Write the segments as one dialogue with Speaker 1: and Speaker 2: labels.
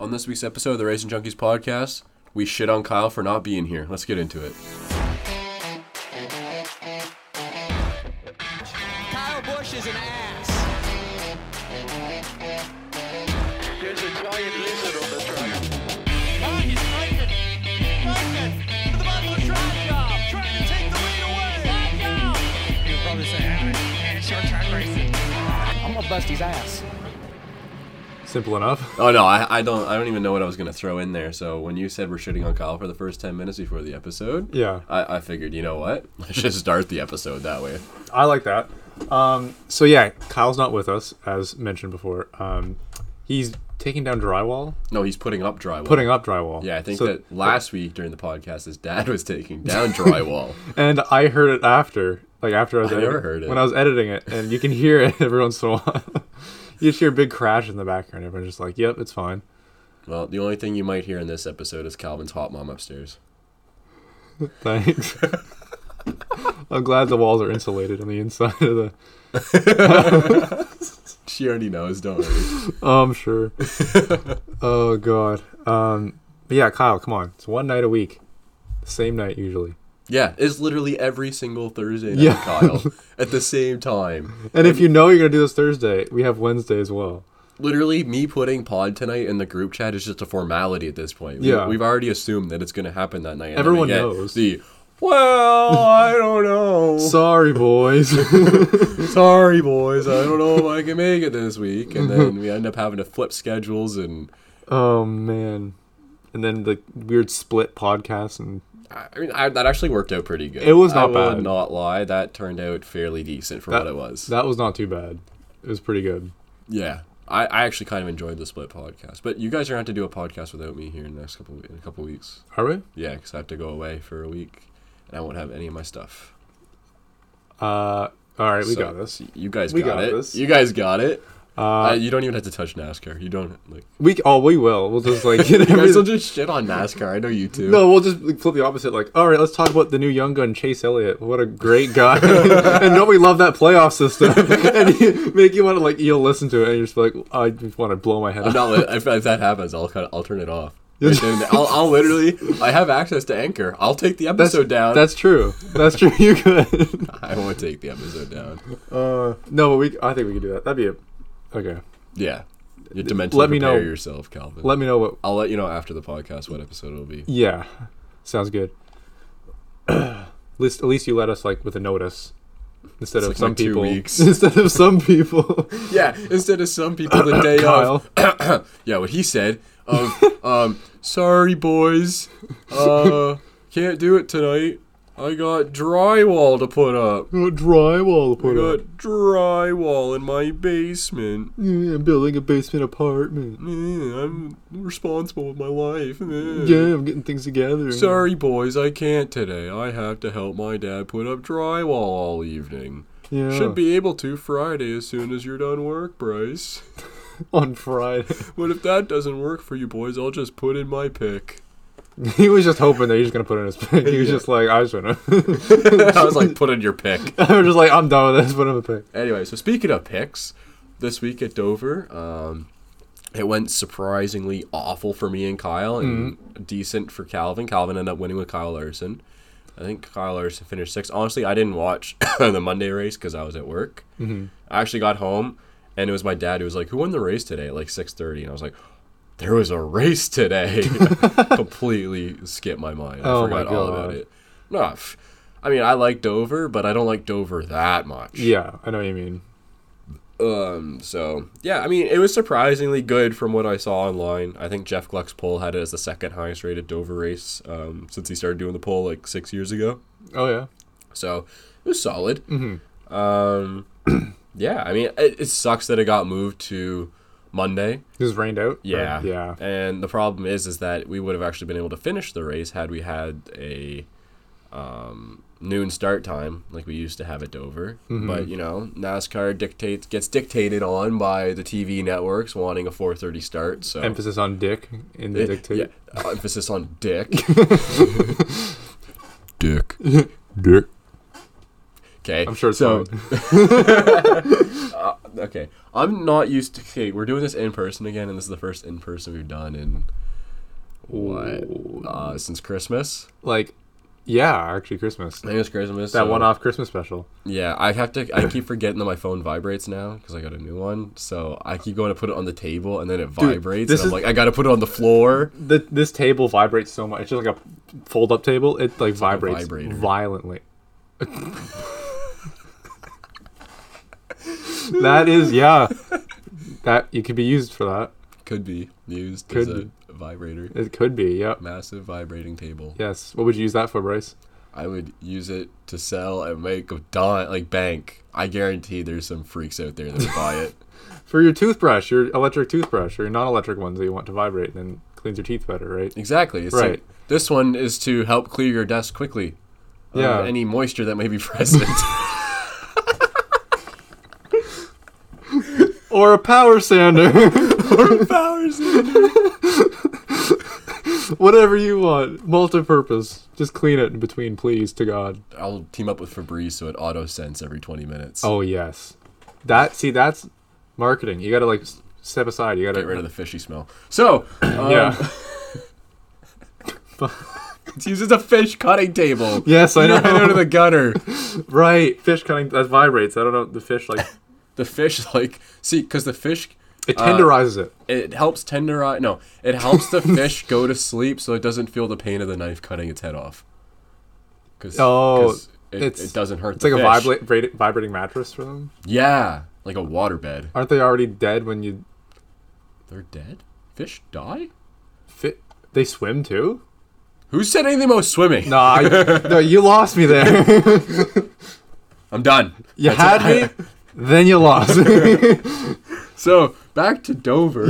Speaker 1: On this week's episode of the Raisin Junkies podcast, we shit on Kyle for not being here. Let's get into it.
Speaker 2: Kyle Bush is an ass.
Speaker 3: There's a giant lizard on the track.
Speaker 4: Ah, he's breaking. Breaking. To the bottom of the track. Trying to take the lead away. You'll probably say, ah, it's short track racing.
Speaker 2: I'm gonna bust his ass.
Speaker 5: Simple enough.
Speaker 1: Oh no, I, I don't I don't even know what I was gonna throw in there. So when you said we're shitting on Kyle for the first ten minutes before the episode,
Speaker 5: Yeah.
Speaker 1: I, I figured you know what, let's just start the episode that way.
Speaker 5: I like that. Um, so yeah, Kyle's not with us as mentioned before. Um, he's taking down drywall,
Speaker 1: No, he's putting up drywall.
Speaker 5: putting up drywall.
Speaker 1: Yeah, I think
Speaker 5: So-
Speaker 1: that last week during the podcast, his dad was taking down drywall.
Speaker 5: And I heard it after, like after I was
Speaker 1: I
Speaker 5: editing,
Speaker 1: never heard it.
Speaker 5: when I was editing it, and you can hear it every once in a while. you just hear a big crash in the background. Everyone's just like, "Yep, it's fine."
Speaker 1: well, the only thing you might hear in this episode is Calvin's hot mom upstairs.
Speaker 5: Thanks. I'm glad the walls are insulated on the inside of the.
Speaker 1: She already knows, don't worry.
Speaker 5: Oh, I'm sure. oh God. Um, but yeah, Kyle, come on. It's one night a week, same night usually.
Speaker 1: yeah, it's literally every single Thursday night,
Speaker 5: Yeah.
Speaker 1: Kyle, at the same time.
Speaker 5: And if you know you're gonna do this Thursday, we have Wednesday as well.
Speaker 1: Literally, me putting pod tonight in the group chat is just a formality at this point. We,
Speaker 5: Yeah.
Speaker 1: we've already assumed that it's going to happen that night. and then we
Speaker 5: Everyone
Speaker 1: get
Speaker 5: knows.
Speaker 1: The well, I don't know.
Speaker 5: Sorry, boys.
Speaker 1: Sorry, boys, I don't know if I can make it this week, and then we end up having to flip schedules and.
Speaker 5: oh man. And then the weird split podcast and
Speaker 1: I mean, I, that actually worked out pretty good.
Speaker 5: It was not
Speaker 1: I Would
Speaker 5: bad.
Speaker 1: not lie, that turned out fairly decent for what it was.
Speaker 5: That was not too bad. It was pretty good.
Speaker 1: yeah, I, I actually kind of enjoyed the split podcast. But you guys are going to have to do a podcast without me here in the next couple we- in a couple weeks.
Speaker 5: Are we?
Speaker 1: Yeah, because I have to go away for a week, and I won't have any of my stuff.
Speaker 5: Uh, all right, we
Speaker 1: So,
Speaker 5: got this.
Speaker 1: You guys
Speaker 5: We
Speaker 1: got,
Speaker 5: got
Speaker 1: it.
Speaker 5: this.
Speaker 1: You guys got it. Uh, you don't even have to touch NASCAR. You don't like.
Speaker 5: We c- oh we will. We'll just like get
Speaker 1: You guys will
Speaker 5: everything-
Speaker 1: just shit on NASCAR. I know you too.
Speaker 5: No, we'll just like, flip the opposite. Like, all right, let's talk about the new young gun, Chase Elliott. What a great guy! and don't we love that playoff system? and you, make you want to like you'll listen to it and you're just like, I just want to blow my head off.
Speaker 1: No, if, if that happens, I'll cut. I'll turn it off. Right then and there. I'll, I'll literally. I have access to Anchor. I'll take the
Speaker 5: That's
Speaker 1: episode down.
Speaker 5: That's true. That's true. You could.
Speaker 1: I won't take the episode down.
Speaker 5: Uh, No, but we. I think we could do that. That'd be a. Okay.
Speaker 1: Yeah, you have to mentally
Speaker 5: Let me
Speaker 1: prepare
Speaker 5: know.
Speaker 1: yourself, Calvin.
Speaker 5: Let me know what.
Speaker 1: I'll let you know after the podcast what episode it'll be.
Speaker 5: Yeah, sounds good. at least, at least you let us like with a notice instead of
Speaker 1: like my
Speaker 5: some
Speaker 1: two
Speaker 5: people.
Speaker 1: weeks.
Speaker 5: Instead of some people.
Speaker 1: Yeah, instead of some people the day
Speaker 5: Kyle.
Speaker 1: of. yeah, what he said of um, sorry boys, uh, can't do it tonight. I got drywall to put up.
Speaker 5: Got drywall to
Speaker 1: I
Speaker 5: put
Speaker 1: got
Speaker 5: up.
Speaker 1: drywall in my basement.
Speaker 5: Yeah, I'm building a basement apartment.
Speaker 1: Yeah, I'm responsible with my life.
Speaker 5: Yeah, I'm getting things together.
Speaker 1: Sorry, boys, I can't today. I have to help my dad put up drywall all evening.
Speaker 5: Yeah.
Speaker 1: Should be able to Friday as soon as you're done work, Bryce.
Speaker 5: on Friday.
Speaker 1: But if that doesn't work for you, boys, I'll just put in my pick.
Speaker 5: he was just hoping that he was gonna put in his pick. He was
Speaker 1: Yeah.
Speaker 5: just like, I just wanna.
Speaker 1: I was like, put in your pick.
Speaker 5: I was just like, I'm done with this. Put in a pick.
Speaker 1: Anyway, so speaking of picks, this week at Dover, um, it went surprisingly awful for me and Kyle, and
Speaker 5: Mm-hmm.
Speaker 1: decent for Calvin. Calvin ended up winning with Kyle Larson. I think Kyle Larson finished sixth. Honestly, I didn't watch the Monday race because I was at work. Mm-hmm. I actually got home, and it was my dad who was like, "Who won the race today?" At like six thirty, and I was like. There was a race today. Completely skipped my mind. I
Speaker 5: Oh my
Speaker 1: forgot all about
Speaker 5: God.
Speaker 1: it. No, pff, I mean I like Dover, but I don't like Dover that much.
Speaker 5: Yeah, I know what you mean.
Speaker 1: Um, so yeah, I mean, it was surprisingly good from what I saw online. I think Jeff Gluck's poll had it as the second highest rated Dover race um, since he started doing the poll like six years ago.
Speaker 5: Oh yeah.
Speaker 1: So it was solid. Mm-hmm. Um, yeah, I mean, it, it sucks that it got moved to Monday.
Speaker 5: It was rained out.
Speaker 1: Yeah,
Speaker 5: Or- Yeah.
Speaker 1: And the problem is, is that we would have actually been able to finish the race had we had a um, noon start time like we used to have at Dover.
Speaker 5: Mm-hmm.
Speaker 1: But you know, NASCAR dictates gets dictated on by the TV networks wanting a 4:30 start. So
Speaker 5: Emphasis on dick in the
Speaker 1: Eh,
Speaker 5: dictate.
Speaker 1: Oh. yeah, uh, emphasis on dick. dick. Dick. Okay.
Speaker 5: I'm sure it's
Speaker 1: so. Uh,
Speaker 5: fine.
Speaker 1: Okay. I'm not used to. Okay, we're doing this in person again, and this is the first in person we've done in what uh, since Christmas.
Speaker 5: Like, yeah, actually, Christmas.
Speaker 1: I think it's Christmas.
Speaker 5: That
Speaker 1: so-
Speaker 5: one-off Christmas special.
Speaker 1: Yeah, I have to. I keep forgetting that my phone vibrates now because I got a new one. So I keep going to put it on the table, and then it vibrates.
Speaker 5: this
Speaker 1: and I'm
Speaker 5: is-
Speaker 1: like, I gotta put it on the floor.
Speaker 5: The, this table vibrates so much. It's just like a fold-up table. It like vibrates
Speaker 1: vibrator.
Speaker 5: violently. that is, yeah. That you could be used for that.
Speaker 1: Could be used as
Speaker 5: Could
Speaker 1: a vibrator.
Speaker 5: It could be, yep.
Speaker 1: Massive vibrating table.
Speaker 5: Yes. What would you use that for, Bryce?
Speaker 1: I would use it to sell and make a dime, like bank. I guarantee there's some freaks out there that would buy it.
Speaker 5: For your toothbrush, your electric toothbrush, or your non-electric ones that you want to vibrate, and then cleans your teeth better, right?
Speaker 1: Exactly. It's
Speaker 5: Right.
Speaker 1: like- this one is to help clear your desk quickly. of
Speaker 5: Yeah.
Speaker 1: Any moisture that may be present.
Speaker 5: Or a power sander,
Speaker 1: Powers.
Speaker 5: whatever you want, multi-purpose. Just clean it in between, please, to God.
Speaker 1: I'll team up with Febreze so it auto scents every 20 minutes.
Speaker 5: Oh yes, that see that's marketing. You gotta like s- step aside. You gotta
Speaker 1: Get rid of the fishy smell. So, um,
Speaker 5: yeah.
Speaker 1: it's used as a fish cutting table.
Speaker 5: yes, I
Speaker 1: Right out
Speaker 5: know.
Speaker 1: of the gutter.
Speaker 5: right, fish cutting that vibrates. I don't know the fish like
Speaker 1: The fish, like, see, because the fish,
Speaker 5: it tenderizes it.
Speaker 1: it helps tenderize. No, it helps the fish go to sleep so it doesn't feel the pain of the knife cutting its head off. Because
Speaker 5: Oh,
Speaker 1: it,
Speaker 5: it's-
Speaker 1: it doesn't hurt.
Speaker 5: It's
Speaker 1: the
Speaker 5: like a
Speaker 1: fish.
Speaker 5: vibra- vibra- vibrating mattress for them.
Speaker 1: Yeah, like a waterbed.
Speaker 5: Aren't they already dead when you
Speaker 1: They're dead. Fish die.
Speaker 5: fit? They swim too.
Speaker 1: Who said anything about swimming?
Speaker 5: Nah, I- no, you lost me there.
Speaker 1: I'm done.
Speaker 5: You had me, then you lost.
Speaker 1: So back to Dover.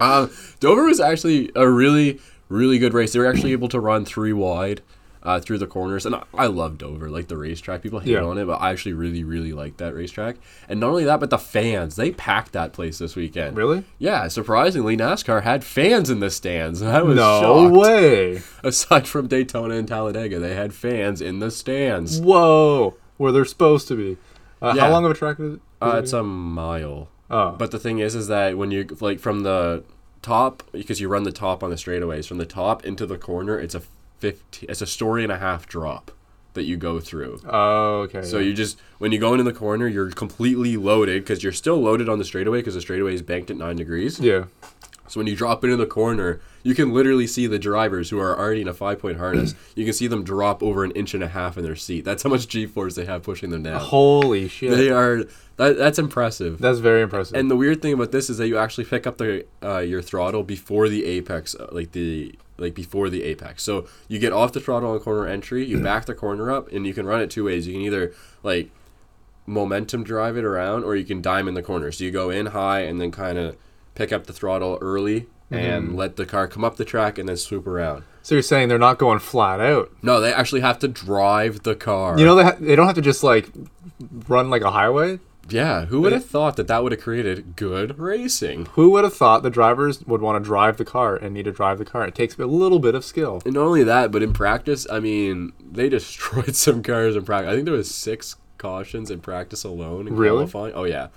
Speaker 1: um, Dover was actually a really, really good race. They were actually able to run three wide uh, through the corners, and I, I love Dover, like the racetrack. People hate
Speaker 5: Yeah.
Speaker 1: on it, but I actually really, really like that racetrack. And not only that, but the fans they packed that place this weekend.
Speaker 5: Really?
Speaker 1: Yeah. Surprisingly, NASCAR had fans in the stands. I was
Speaker 5: no
Speaker 1: shocked.
Speaker 5: way.
Speaker 1: Aside from Daytona and Talladega, they had fans in the stands.
Speaker 5: Whoa, where they're supposed to be. Uh,
Speaker 1: Yeah.
Speaker 5: How long of a track is it?
Speaker 1: Uh, it's a mile.
Speaker 5: Mm-hmm. Oh.
Speaker 1: But the thing is, is that when you like from the top, because you run the top on the straightaways, from the top into the corner, it's a fifteen. It's a story and a half drop that you go through.
Speaker 5: oh, okay.
Speaker 1: So you just when you go into the corner, you're completely loaded because you're still loaded on the straightaway because the straightaway is banked at nine degrees.
Speaker 5: yeah.
Speaker 1: So when you drop into the corner, you can literally see the drivers who are already in a five point harness. you can see them drop over an inch and a half in their seat. That's how much G force they have pushing them down.
Speaker 5: Holy shit.
Speaker 1: They are that, that's impressive.
Speaker 5: That's very impressive.
Speaker 1: And the weird thing about this is that you actually pick up the uh, your throttle before the apex, uh, like the like before the apex. So you get off the throttle on corner entry,
Speaker 5: Mm.
Speaker 1: you back the corner up, and you can run it two ways. You can either like momentum drive it around, or you can dime in the corner. So you go in high and then kind of pick up the throttle early
Speaker 5: Mm-hmm.
Speaker 1: and let the car come up the track and then swoop around.
Speaker 5: so you're saying they're not going flat out.
Speaker 1: No, they actually have to drive the car.
Speaker 5: You know, they, ha- they don't have to just like run like a highway.
Speaker 1: yeah. Who would have thought that that would have created good racing?
Speaker 5: Who would have thought the drivers would want to drive the car and need to drive the car? It takes a little bit of skill.
Speaker 1: And not only that, but in practice, I mean, they destroyed some cars in practice. I think there was six cautions in practice alone in
Speaker 5: Really?
Speaker 1: qualifying. Oh yeah,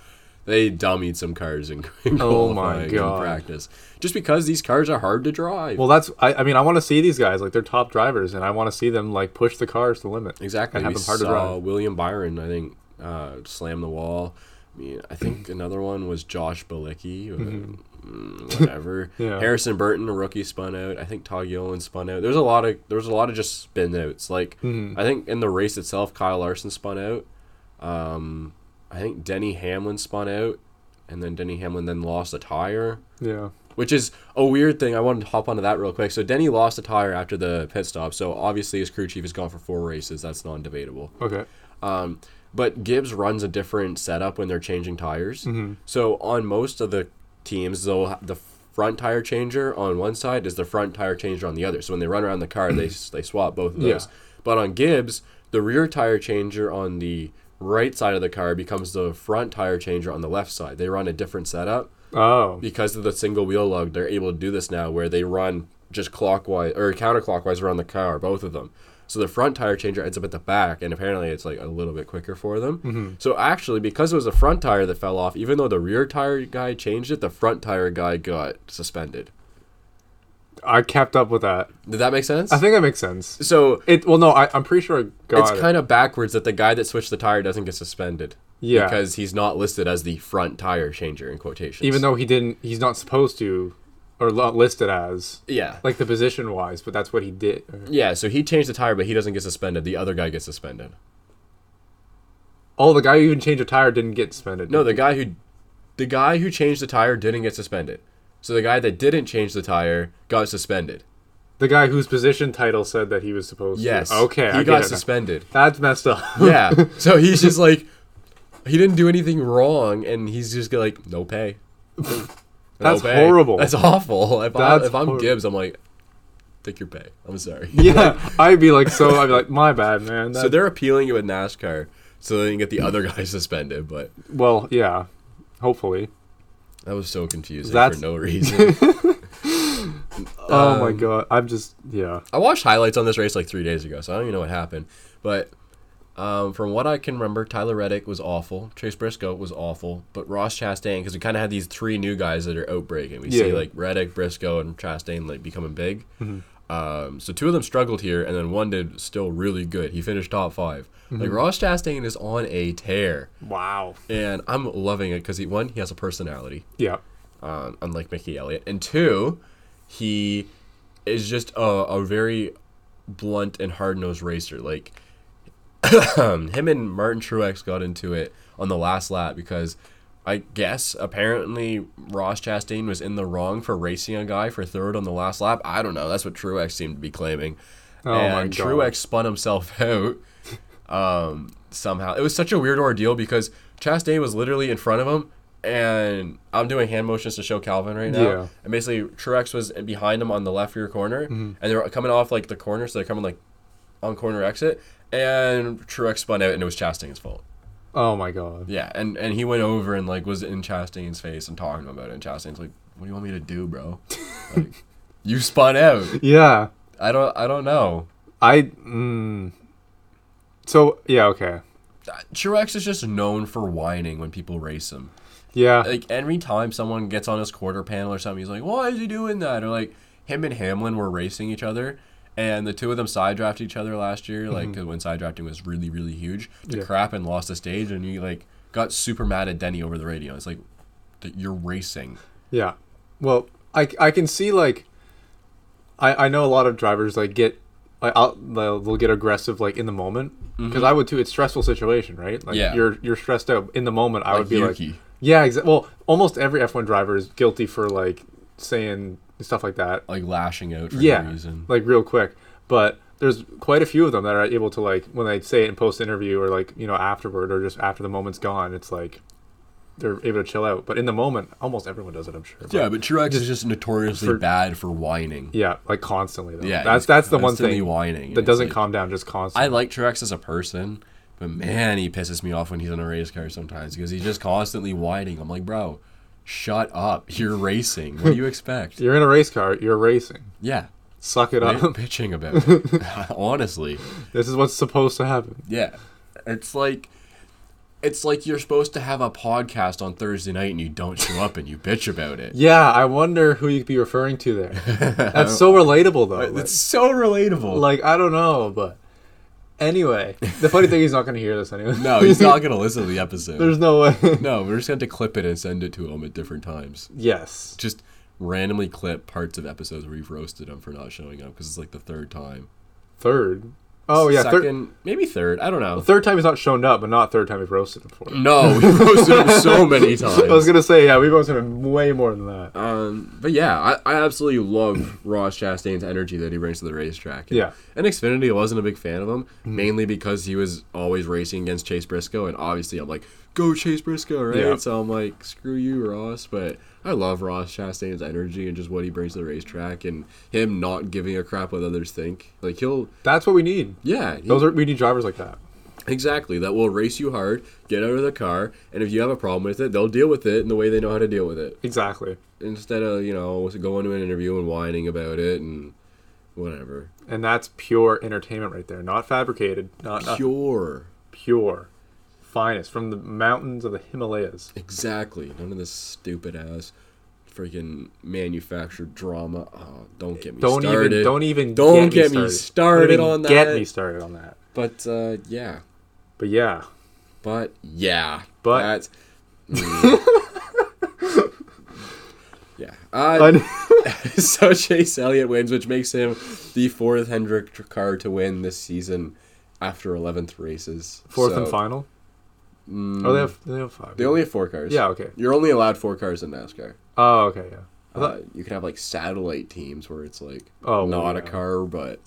Speaker 1: they dummied some cars in, in
Speaker 5: Oh, my
Speaker 1: qualifying in
Speaker 5: God.
Speaker 1: practice just because these cars are hard to drive.
Speaker 5: Well, that's I, I mean, I want to see these guys like they're top drivers, and I want to see them like push the cars to the limit.
Speaker 1: exactly.
Speaker 5: and
Speaker 1: we
Speaker 5: have them hard to
Speaker 1: saw
Speaker 5: drive.
Speaker 1: William Byron, I think, uh, slam the wall. I mean, I think another one was Josh Balicki. uh, mm, Whatever.
Speaker 5: Yeah.
Speaker 1: Harrison Burton, a rookie, spun out. I think Todd Gillen spun out. There's a lot of there's a lot of just spin outs. Like I think in the race itself, Kyle Larson spun out. Um, I think Denny Hamlin spun out, and then Denny Hamlin then lost a tire
Speaker 5: Yeah.
Speaker 1: which is a weird thing. I wanted to hop onto that real quick. So Denny lost a tire after the pit stop, so obviously his crew chief is gone for four races. That's non-debatable.
Speaker 5: Okay.
Speaker 1: Um, but Gibbs runs a different setup when they're changing tires. So on most of the teams, they'll ha- the front tire changer on one side is the front tire changer on the other. So when they run around the car, they s- they swap both of those.
Speaker 5: Yeah.
Speaker 1: But on Gibbs, the rear tire changer on the right side of the car becomes the front tire changer on the left side. They run a different setup
Speaker 5: Oh.
Speaker 1: because of the single wheel lug, they're able to do this now where they run just clockwise or counterclockwise around the car, both of them. So the front tire changer ends up at the back, and apparently it's like a little bit quicker for them.
Speaker 5: Mm-hmm.
Speaker 1: So actually, because it was the front tire that fell off, even though the rear tire guy changed it, the front tire guy got suspended.
Speaker 5: I kept up with that.
Speaker 1: Did that make sense?
Speaker 5: I think that makes sense.
Speaker 1: so.
Speaker 5: It well, no, I, I'm pretty sure I got
Speaker 1: it's
Speaker 5: it.
Speaker 1: kind of backwards that the guy that switched the tire doesn't get suspended.
Speaker 5: Yeah.
Speaker 1: Because he's not listed as the front tire changer in quotations.
Speaker 5: even though he didn't, he's not supposed to, or not listed as
Speaker 1: Yeah.
Speaker 5: like the position wise, but that's what he did.
Speaker 1: Yeah, so he changed the tire, but he doesn't get suspended. The other guy gets suspended.
Speaker 5: Oh, the guy who even changed a tire didn't get suspended.
Speaker 1: No, the guy who, the guy who changed the tire didn't get suspended. So the guy that didn't change the tire got suspended.
Speaker 5: the guy whose position title said that he was supposed
Speaker 1: Yes.
Speaker 5: to. Okay,
Speaker 1: He
Speaker 5: I
Speaker 1: got
Speaker 5: get it now.
Speaker 1: suspended.
Speaker 5: That's messed up.
Speaker 1: Yeah. so he's just like, he didn't do anything wrong, and he's just like, no pay. No
Speaker 5: That's horrible.
Speaker 1: That's awful. If, I,
Speaker 5: That's
Speaker 1: if I'm
Speaker 5: hor-
Speaker 1: Gibbs, I'm like, take your pay. I'm sorry.
Speaker 5: yeah, I'd be like, so I'd be like, my bad, man.
Speaker 1: So
Speaker 5: That-
Speaker 1: they're appealing it with NASCAR, so they can get the other guy suspended. But
Speaker 5: well, yeah, hopefully.
Speaker 1: that was so confusing
Speaker 5: That's-
Speaker 1: for no reason.
Speaker 5: oh
Speaker 1: Um,
Speaker 5: my god, I'm just yeah.
Speaker 1: I watched highlights on this race like three days ago, so I don't even know what happened. But um, from what I can remember, Tyler Reddick was awful. Chase Briscoe was awful. But Ross Chastain, because we kind of had these three new guys that are outbreaking. We see
Speaker 5: Yeah.
Speaker 1: like Reddick, Briscoe, and Chastain like becoming big. Um, so two of them struggled here, and then one did still really good. He finished top 5 Like Ross Chastain is on a tear,
Speaker 5: Wow.
Speaker 1: and I'm loving it because he one he has a personality
Speaker 5: Yeah.
Speaker 1: um, unlike Mickey Elliott. And two, he is just a, a very blunt and hard nosed racer. Like him and Martin Truex got into it on the last lap because I guess apparently Ross Chastain was in the wrong for racing a guy for third on the last lap. I don't know. That's what Truex seemed to be claiming.
Speaker 5: Oh my
Speaker 1: and
Speaker 5: God.
Speaker 1: Truex spun himself out somehow. It was such a weird ordeal because Chastain was literally in front of him, and I'm doing hand motions to show Calvin right now.
Speaker 5: Yeah.
Speaker 1: And basically, Truex was behind him on the left rear corner, and they were coming off like the corner, so they're coming like on corner exit, and Truex spun out, and it was Chastain's fault.
Speaker 5: Oh my god.
Speaker 1: Yeah, and and he went over and like was in Chastain's face and talking to him about it, and Chastain's like, "What do you want me to do, bro? like, you spun out.
Speaker 5: Yeah.
Speaker 1: I don't I don't know."
Speaker 5: I. Mm, so yeah. Okay.
Speaker 1: Truex is just known for whining when people race him.
Speaker 5: Yeah.
Speaker 1: like every time someone gets on his quarter panel or something, he's like, "Why is he doing that?" Or like him and Hamlin were racing each other, and the two of them side draft each other last year, like 'cause when side drafting was really really huge. The
Speaker 5: Yeah.
Speaker 1: crap and lost the stage, and he like got super mad at Denny over the radio. It's like, "Th- "You're racing."
Speaker 5: Yeah. Well, I, I can see like I I know a lot of drivers like get like I'll, they'll, they'll get aggressive like in the moment because I would too. It's stressful situation, right? Like
Speaker 1: Mm-hmm. Yeah.
Speaker 5: you're you're stressed out in the moment. I
Speaker 1: Like
Speaker 5: would be like
Speaker 1: Yuki.
Speaker 5: yeah, exactly. Well, almost every F1 driver is guilty for like saying stuff like that.
Speaker 1: Like lashing out for
Speaker 5: yeah,
Speaker 1: no reason.
Speaker 5: like real quick. But there's quite a few of them that are able to like when they say it in post interview or like you know afterward or just after the moment's gone, it's like they're able to chill out. But in the moment, almost everyone does it. I'm sure. but-
Speaker 1: yeah, but Truex is just notoriously
Speaker 5: for-
Speaker 1: bad for whining.
Speaker 5: yeah, like constantly. Though.
Speaker 1: Yeah,
Speaker 5: Yeah, that's
Speaker 1: he's
Speaker 5: that's the one
Speaker 1: constantly
Speaker 5: thing
Speaker 1: whining, and
Speaker 5: that
Speaker 1: it's
Speaker 5: doesn't
Speaker 1: like-
Speaker 5: calm down. Just
Speaker 1: I
Speaker 5: constantly.
Speaker 1: like Truex as a person, but man, he pisses me off when he's in a race car sometimes because he's just constantly whining. I'm like, bro, shut up. You're racing. What do you expect?
Speaker 5: You're in a race car. You're racing.
Speaker 1: yeah.
Speaker 5: Suck it
Speaker 1: I'm
Speaker 5: up.
Speaker 1: bitching about it. Honestly.
Speaker 5: this is what's supposed to happen.
Speaker 1: Yeah. It's like it's like you're supposed to have a podcast on Thursday night and you don't show up and you bitch about it.
Speaker 5: Yeah, I wonder who you'd be referring to there. That's so relatable though. Like,
Speaker 1: It's so relatable.
Speaker 5: like, I don't know, but anyway, the funny thing is not going to hear this anyway.
Speaker 1: no, he's not gonna listen to the episode.
Speaker 5: There's no way.
Speaker 1: no, we're just going to clip it and send it to him at different times.
Speaker 5: yes.
Speaker 1: just randomly clip parts of episodes where we've roasted them for not showing up because it's like the third time.
Speaker 5: Third. Oh yeah, third.
Speaker 1: second, maybe third. I don't know.
Speaker 5: Third time he's not shown up, but not third time we've roasted him for it.
Speaker 1: no, we roasted him so many times.
Speaker 5: I was gonna say yeah, we've roasted him way more than that.
Speaker 1: um, but yeah, I, I absolutely love Ross Chastain's energy that he brings to the racetrack. And,
Speaker 5: Yeah. Mm-hmm.
Speaker 1: and Xfinity wasn't a big fan of him mainly because he was always racing against Chase Briscoe, and obviously I'm like, go Chase Briscoe, right?
Speaker 5: Yeah.
Speaker 1: So I'm like, screw you, Ross. But I love Ross Chastain's energy and just what he brings to the racetrack, and him not giving a crap what others think. Like he'll
Speaker 5: That's what we need.
Speaker 1: Yeah, he-
Speaker 5: Those are we need drivers like that.
Speaker 1: exactly that will race you hard, get out of the car, and if you have a problem with it, they'll deal with it in the way they know how to deal with it.
Speaker 5: Exactly.
Speaker 1: Instead of you know going to an interview and whining about it and whatever.
Speaker 5: and that's pure entertainment right there. Not fabricated. Not
Speaker 1: Uh,
Speaker 5: pure,
Speaker 1: Pure.
Speaker 5: pure finest from the mountains of the Himalayas.
Speaker 1: Exactly. None of this stupid ass freaking manufactured drama. Oh, don't get me
Speaker 5: Don't
Speaker 1: started.
Speaker 5: even don't e-, even
Speaker 1: Don't get me started
Speaker 5: Don't even
Speaker 1: on
Speaker 5: Get
Speaker 1: that.
Speaker 5: me started on that.
Speaker 1: But uh, yeah.
Speaker 5: But yeah,
Speaker 1: But yeah.
Speaker 5: But-
Speaker 1: that's Mm. yeah. Uh, so Chase Elliott wins, which makes him the fourth Hendrick car to win this season after eleventh races.
Speaker 5: fourth
Speaker 1: So-
Speaker 5: and final. oh, they have they have five.
Speaker 1: They mm, only have four cars.
Speaker 5: Yeah, okay.
Speaker 1: You're only allowed four cars in NASCAR.
Speaker 5: oh, okay, yeah. I
Speaker 1: Uh,
Speaker 5: thought-
Speaker 1: you can have like satellite teams where it's like
Speaker 5: Oh, well,
Speaker 1: not a
Speaker 5: yeah.
Speaker 1: car, but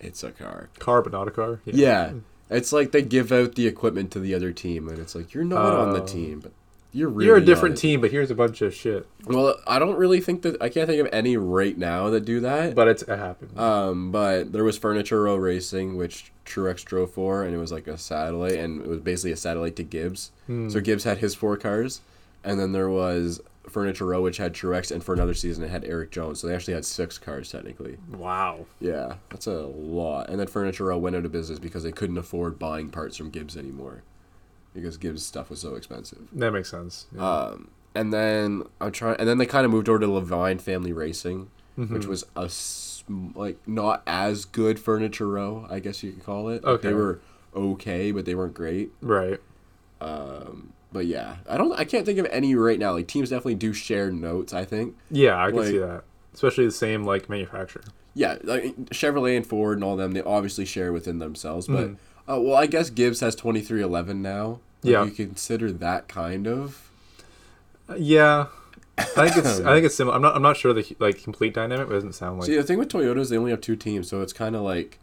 Speaker 1: it's a car.
Speaker 5: car, but not a car.
Speaker 1: Yeah. It's like they give out the equipment to the other team, and it's like you're not on the
Speaker 5: Oh.
Speaker 1: team, but you're really
Speaker 5: You're a
Speaker 1: on
Speaker 5: different
Speaker 1: it.
Speaker 5: team, but here's a bunch of shit.
Speaker 1: Well, I don't really think that I can't think of any right now that do that.
Speaker 5: But it's it happened.
Speaker 1: Um, but there was Furniture Row Racing, which Truex drove for, and it was like a satellite, and it was basically a satellite to Gibbs. So Gibbs had his four cars, and then there was Furniture Row, which had Truex, and for another season it had Eric Jones. So they actually had six cars technically.
Speaker 5: wow.
Speaker 1: Yeah, that's a lot. And then Furniture Row went out of business because they couldn't afford buying parts from Gibbs anymore, because Gibbs stuff was so expensive.
Speaker 5: That makes sense. Yeah.
Speaker 1: uh, And then I'm trying, and then they kind of moved over to Levine Family Racing, which
Speaker 5: Mm-hmm.
Speaker 1: was a sm- like not as good Furniture Row, I guess you could call it. Like,
Speaker 5: Okay.
Speaker 1: they were okay, but they weren't great.
Speaker 5: right.
Speaker 1: But yeah, I don't, I can't think of any right now. Like teams definitely do share notes. I think.
Speaker 5: Yeah, I can see
Speaker 1: like-
Speaker 5: that. Especially the same like manufacturer.
Speaker 1: Yeah, like Chevrolet and Ford and all them, they obviously share within themselves. But
Speaker 5: Mm.
Speaker 1: uh, well, I guess Gibbs has twenty three eleven now. Like,
Speaker 5: Yeah.
Speaker 1: you consider that kind of
Speaker 5: Uh, Yeah. I think it's I think it's similar. I'm not I'm not sure the like complete dynamic, but it doesn't sound like
Speaker 1: See, the thing with Toyota is they only have two teams, so it's kind of like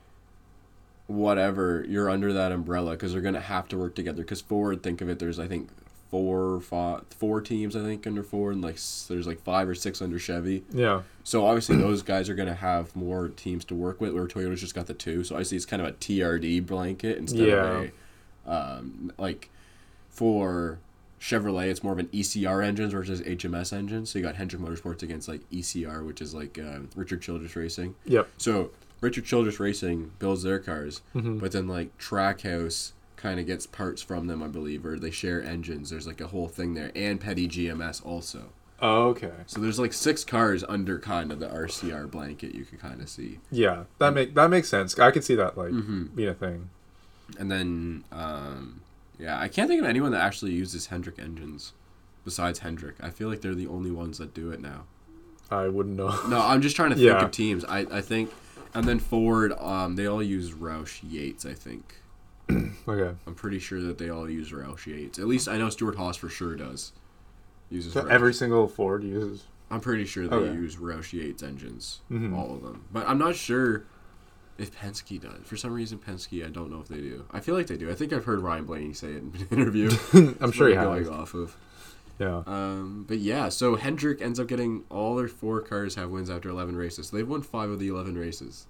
Speaker 1: whatever you're under that umbrella because they're gonna have to work together. Because Ford, think of it, there's I think four, five, four teams I think under Ford, and like s- there's like five or six under Chevy.
Speaker 5: Yeah.
Speaker 1: So obviously those guys are gonna have more teams to work with, where Toyota's just got the two. So I see it's kind of a TRD blanket instead
Speaker 5: Yeah.
Speaker 1: of a um, like for. Chevrolet, it's more of an ECR engines versus HMS engines. So you got Hendrick Motorsports against like ECR, which is like um, Richard Childress Racing.
Speaker 5: Yep.
Speaker 1: So Richard Childress Racing builds their cars, but then like Trackhouse kind of gets parts from them, I believe, or they share engines. There's like a whole thing there, and Petty GMS also.
Speaker 5: Oh, Okay.
Speaker 1: So there's like six cars under kind of the RCR blanket. You can kind of see,
Speaker 5: Yeah. That make that makes sense. I could see that like being a thing.
Speaker 1: and then um, yeah, I can't think of anyone that actually uses Hendrick engines besides Hendrick. I feel like they're the only ones that do it now.
Speaker 5: I wouldn't know.
Speaker 1: No, I'm just trying to think
Speaker 5: Yeah.
Speaker 1: of teams. I, I think, and then Ford, um, they all use Roush Yates, I think.
Speaker 5: okay.
Speaker 1: I'm pretty sure that they all use Roush Yates. At least I know Stuart Haas for sure does. Uses
Speaker 5: So
Speaker 1: Roush.
Speaker 5: every single Ford uses
Speaker 1: I'm pretty sure they
Speaker 5: Okay. Mm-hmm.
Speaker 1: use Roush Yates engines, all of them. But I'm not sure if Penske does. For some reason, Penske, I don't know if they do. I feel like they do. I think I've heard Ryan Blaney say it in an interview.
Speaker 5: I'm sure he
Speaker 1: That's what I'm
Speaker 5: has.
Speaker 1: going off of.
Speaker 5: Yeah.
Speaker 1: Um, but yeah, so Hendrick ends up getting all their four cars have wins after 11 races. So they've won five of the 11 races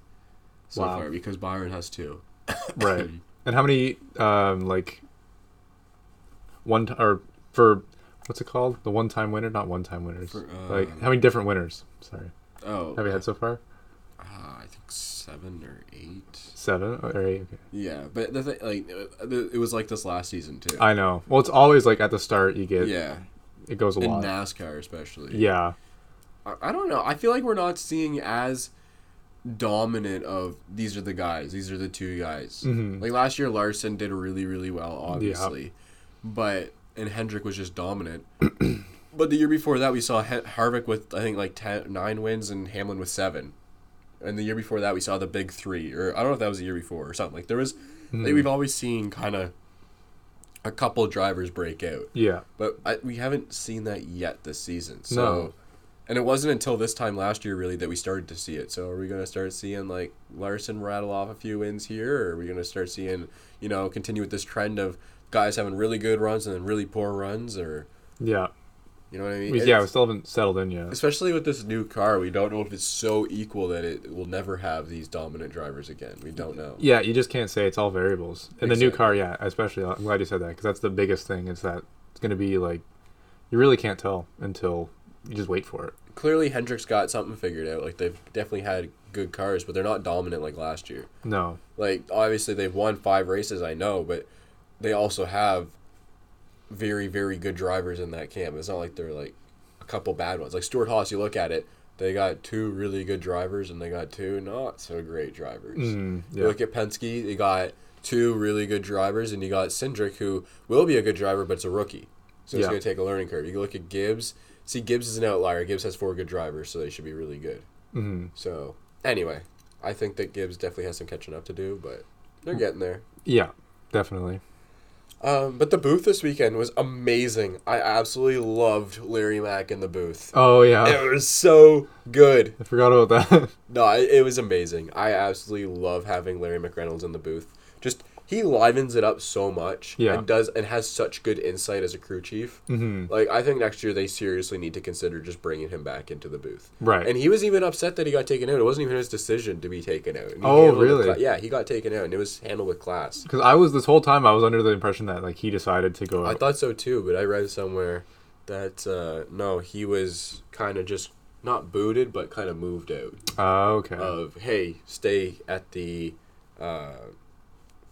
Speaker 1: so
Speaker 5: Wow.
Speaker 1: far because Byron has two.
Speaker 5: right. And how many um like one t- or for what's it called? The one time winner, not one time winners. like how many different winners? Sorry.
Speaker 1: Oh,
Speaker 5: Have we had so far?
Speaker 1: ah, I think seven or eight.
Speaker 5: Seven or eight. Okay.
Speaker 1: Yeah, but the thing, like uh, the- it was like this last season too.
Speaker 5: I know. Well, it's always like at the start you get
Speaker 1: yeah,
Speaker 5: it goes a
Speaker 1: in
Speaker 5: lot.
Speaker 1: NASCAR especially.
Speaker 5: yeah.
Speaker 1: I, I don't know. I feel like we're not seeing as dominant of these are the guys, these are the two guys. Like last year, Larson did really really well, obviously, but and Hendrick was just dominant. but the year before that, we saw he- Harvick with I think like ten, nine wins and Hamlin with seven. And the year before that, we saw the big three, or I don't know if that was the year before or something. Like there was, like we've always seen kind of a couple drivers break out.
Speaker 5: Yeah.
Speaker 1: But I, we haven't seen that yet this season. So,
Speaker 5: No.
Speaker 1: and it wasn't until this time last year really that we started to see it. So, are we going to start seeing like Larson rattle off a few wins here, or are we going to start seeing you know continue with this trend of guys having really good runs and then really poor runs, or
Speaker 5: Yeah.
Speaker 1: you know what I mean?
Speaker 5: We, yeah, we
Speaker 1: It's-
Speaker 5: still haven't settled in yet.
Speaker 1: Especially with this new car, we don't know if it's so equal that it will never have these dominant drivers again. We don't know.
Speaker 5: Yeah, you just can't say it's all variables. And the new
Speaker 1: Exactly.
Speaker 5: car, yeah, especially. I'm glad you said that because that's the biggest thing is that it's going to be like you really can't tell until you just wait for it.
Speaker 1: clearly Hendrick's got something figured out. Like they've definitely had good cars, but they're not dominant like last year.
Speaker 5: No.
Speaker 1: Like obviously they've won five races, I know, but they also have very very good drivers in that camp. It's not like they're like a couple bad ones. Like Stuart Haas, you look at it, they got two really good drivers and they got two not so great drivers.
Speaker 5: yeah.
Speaker 1: You look at Penske, they got two really good drivers, and you got Cindric, who will be a good driver, but it's a rookie, so it's
Speaker 5: Yeah.
Speaker 1: going to take a learning curve. You look at Gibbs. See, Gibbs is an outlier. Gibbs has four good drivers, so they should be really good. Mm-hmm. So anyway, I think that Gibbs definitely has some catching up to do, but they're getting there.
Speaker 5: Yeah, definitely.
Speaker 1: Um, but the booth this weekend was amazing. I absolutely loved Larry Mack in the booth.
Speaker 5: Oh yeah,
Speaker 1: It was so good.
Speaker 5: I forgot about that.
Speaker 1: No, it, it was amazing. I absolutely love having Larry McReynolds in the booth. Just he livens it up so much.
Speaker 5: Yeah.
Speaker 1: And does and has such good insight as a crew chief. Mm-hmm. Like I think next year they seriously need to consider just bringing him back into the booth.
Speaker 5: Right.
Speaker 1: And he was even upset that he got taken out. It wasn't even his decision to be taken out. And he
Speaker 5: Oh,
Speaker 1: handled it with
Speaker 5: really?
Speaker 1: cla- yeah, he got taken out, and it was handled with class.
Speaker 5: Because I was this whole time I was under the impression that like he decided to go.
Speaker 1: I
Speaker 5: Out.
Speaker 1: thought so too, but I read somewhere that uh, no, he was kind of just not booted, but kind of moved out
Speaker 5: Ah, okay.
Speaker 1: of hey, stay at the, uh,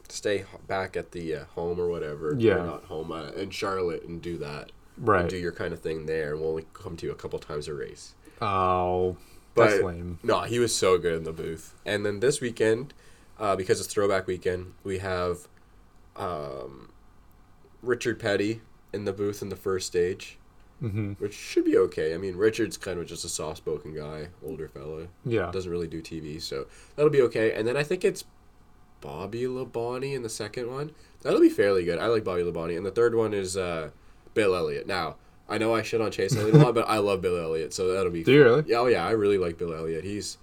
Speaker 1: stay h- back at the uh, home or whatever. or
Speaker 5: Yeah.
Speaker 1: not home uh, in Charlotte and do that. and
Speaker 5: Right.
Speaker 1: do your kind of thing there, and we'll only come to you a couple times a race.
Speaker 5: oh,
Speaker 1: But
Speaker 5: that's lame.
Speaker 1: no, he was so good in the booth. And then this weekend, uh, because it's Throwback Weekend, we have um, Richard Petty in the booth in the first stage, mm-hmm. which should be okay. I mean, Richard's kind of just a soft-spoken guy, older fella.
Speaker 5: Yeah.
Speaker 1: doesn't really do TV, so that'll be okay. And then I think it's Bobby Labonte in the second one. That'll be fairly good. I like Bobby Labonte. And the third one is uh, Bill Elliott. Now, I know I shit on Chase Elliott a lot, but I love Bill Elliott, so that'll be.
Speaker 5: Do you really?
Speaker 1: Yeah, oh yeah, I really like Bill Elliott. He's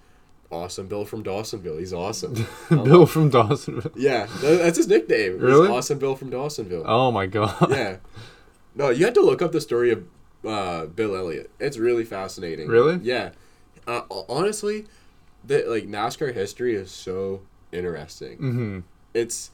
Speaker 1: awesome. Bill from Dawsonville. He's awesome.
Speaker 5: Bill from Dawson.
Speaker 1: yeah, tha- that's his nickname. He's
Speaker 5: Really?
Speaker 1: awesome Bill from Dawsonville.
Speaker 5: Oh my god.
Speaker 1: Yeah. No, you had to look up the story of uh, Bill Elliott. It's really fascinating.
Speaker 5: Really?
Speaker 1: Yeah. Uh, ho- honestly, the like NASCAR history is so interesting. Mm-hmm. It's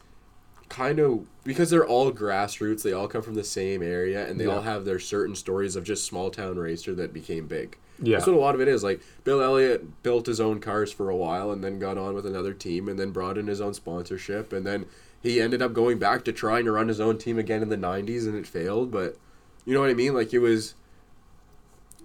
Speaker 1: kind of because they're all grassroots. They all come from the same area, and they all have their certain stories of just small town racer that became big.
Speaker 5: Yeah.
Speaker 1: That's what a lot of it is. Like Bill Elliott built his own cars for a while, and then got on with another team, and then brought in his own sponsorship, and then he ended up going back to trying to run his own team again in the '90s, and it failed. But you know what I mean? Like it was,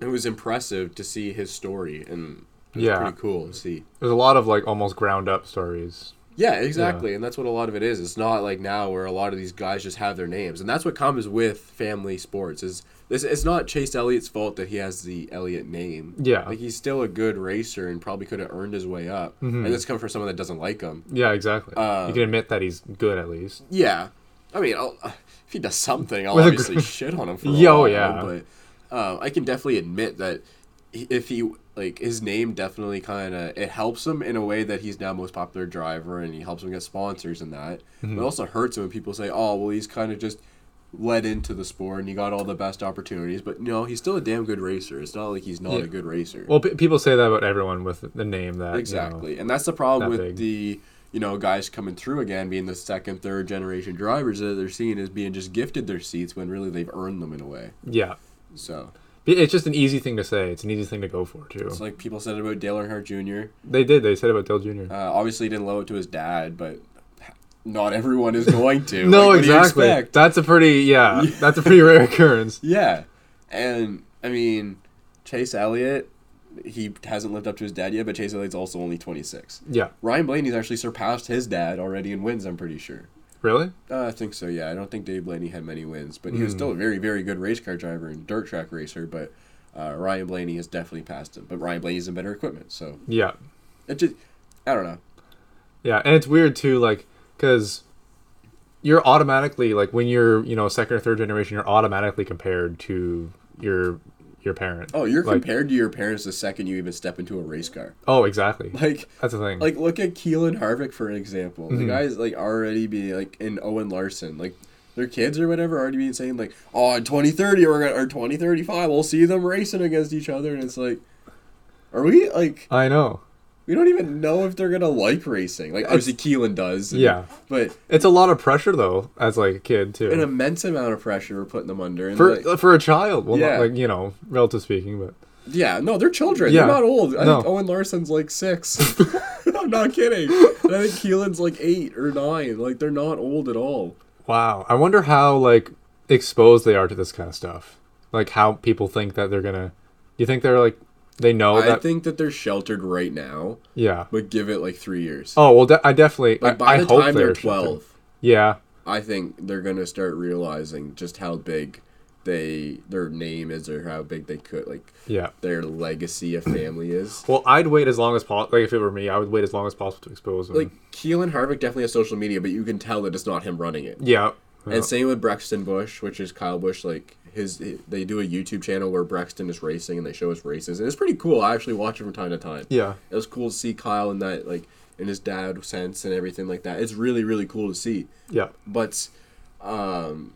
Speaker 1: it was impressive to see his story, and it was
Speaker 5: Yeah.
Speaker 1: pretty cool to see.
Speaker 5: There's a lot of like almost ground up stories.
Speaker 1: Yeah, exactly. And that's what a lot of it is. It's not like now where a lot of these guys just have their names. And that's what comes with family sports is this it's not Chase Elliott's fault that he has the Elliott name.
Speaker 5: Yeah.
Speaker 1: Like he's still a good racer and probably could have earned his way up. And this comes from someone that doesn't like him.
Speaker 5: Yeah, exactly.
Speaker 1: Um,
Speaker 5: you can admit that he's good at least.
Speaker 1: Yeah. I mean, I'll, if he does something, I'll
Speaker 5: With a gr-
Speaker 1: obviously shit on him for a
Speaker 5: Yeah, oh,
Speaker 1: while,
Speaker 5: yeah.
Speaker 1: But um, I can definitely admit that he- if he like his name definitely kind of it helps him in a way that he's now most popular driver and he helps him get sponsors and that.
Speaker 5: Mm-hmm.
Speaker 1: But it also hurts him when people say, "Oh, well, he's kind of just." led into the sport and he got all the best opportunities but no he's still a damn good racer it's not like he's not a good racer
Speaker 5: Well, p- people say that about everyone with the name that you know,
Speaker 1: Exactly, and that's the problem
Speaker 5: that
Speaker 1: with
Speaker 5: big.
Speaker 1: the you know guys coming through again being the second, third generation drivers that they're seeing as being just gifted their seats when really they've earned them in a way.
Speaker 5: yeah.
Speaker 1: So
Speaker 5: It- It's just an easy thing to say. It's an easy thing to go for too.
Speaker 1: it's like people said about Dale Earnhardt Jr.
Speaker 5: they did. They said about Dale Jr.
Speaker 1: Uh, obviously, he didn't love it to his dad, but not everyone is going to.
Speaker 5: no,
Speaker 1: Like, what do you
Speaker 5: exactly.
Speaker 1: expect?
Speaker 5: That's a pretty yeah. That's a pretty rare occurrence.
Speaker 1: Yeah, and I mean Chase Elliott. He hasn't lived up to his dad yet, but Chase Elliott's also only 26.
Speaker 5: Yeah.
Speaker 1: Ryan Blaney's actually surpassed his dad already in wins, I'm pretty sure.
Speaker 5: Really?
Speaker 1: Uh, I think so. Yeah, I don't think Dave Blaney had many wins, but he was still a very, very good race car driver and dirt track racer. But uh, Ryan Blaney has definitely passed him. But Ryan Blaney's in better equipment, so
Speaker 5: Yeah.
Speaker 1: it just I don't know.
Speaker 5: Yeah, and it's weird too, like because you're automatically like when you're you know second or third generation, you're automatically compared to your your parent.
Speaker 1: Oh, you're
Speaker 5: Like-
Speaker 1: compared to your parents the second you even step into a race car.
Speaker 5: Oh, exactly.
Speaker 1: Like
Speaker 5: That's the thing.
Speaker 1: Like look at Keelan Harvick for an example. The guys like already be like in Owen Larson, like their kids or whatever already being saying like, oh, in twenty thirty or or twenty thirty five, we'll see them racing against each other, and it's like, are we like
Speaker 5: I know.
Speaker 1: We don't even know if they're gonna like racing. Like obviously Keelan does.
Speaker 5: Yeah.
Speaker 1: But
Speaker 5: It's a lot of pressure though, as like a kid too.
Speaker 1: an immense amount of pressure we're putting them under. And
Speaker 5: for uh,
Speaker 1: like,
Speaker 5: for a child, well,
Speaker 1: Yeah.
Speaker 5: not, like you know, relative speaking, but
Speaker 1: Yeah, no, they're children.
Speaker 5: Yeah.
Speaker 1: They're not old. I
Speaker 5: No.
Speaker 1: think Owen Larson's like six. I'm not kidding. And I think Keelan's like eight or nine. Like they're not old at all.
Speaker 5: Wow. I wonder how like exposed they are to this kind of stuff. Like how people think that they're gonna. You think they're like they know
Speaker 1: I
Speaker 5: that?
Speaker 1: think that they're sheltered right now,
Speaker 5: yeah.
Speaker 1: but give it like three years.
Speaker 5: Oh well, de- I definitely.
Speaker 1: like
Speaker 5: I,
Speaker 1: by
Speaker 5: I
Speaker 1: the
Speaker 5: hope
Speaker 1: time they're
Speaker 5: they're shifting.
Speaker 1: twelve,
Speaker 5: Yeah.
Speaker 1: I think they're gonna start realizing just how big they their name is or how big they could like
Speaker 5: Yeah.
Speaker 1: their legacy of family is.
Speaker 5: Well, I'd wait as long as possible. Like if it were me, I would wait as long as possible to expose them.
Speaker 1: Like Keelan Harvick definitely has social media, but you can tell that it's not him running it.
Speaker 5: yeah. Yeah.
Speaker 1: And same with Braxton Bush, which is Kyle Bush. Like his, they do a YouTube channel where Braxton is racing and they show his races, and it's pretty cool. I actually watch it from time to time.
Speaker 5: Yeah.
Speaker 1: it was cool to see Kyle in that like in his dad sense and everything like that. It's really really cool to see.
Speaker 5: Yeah.
Speaker 1: But, um,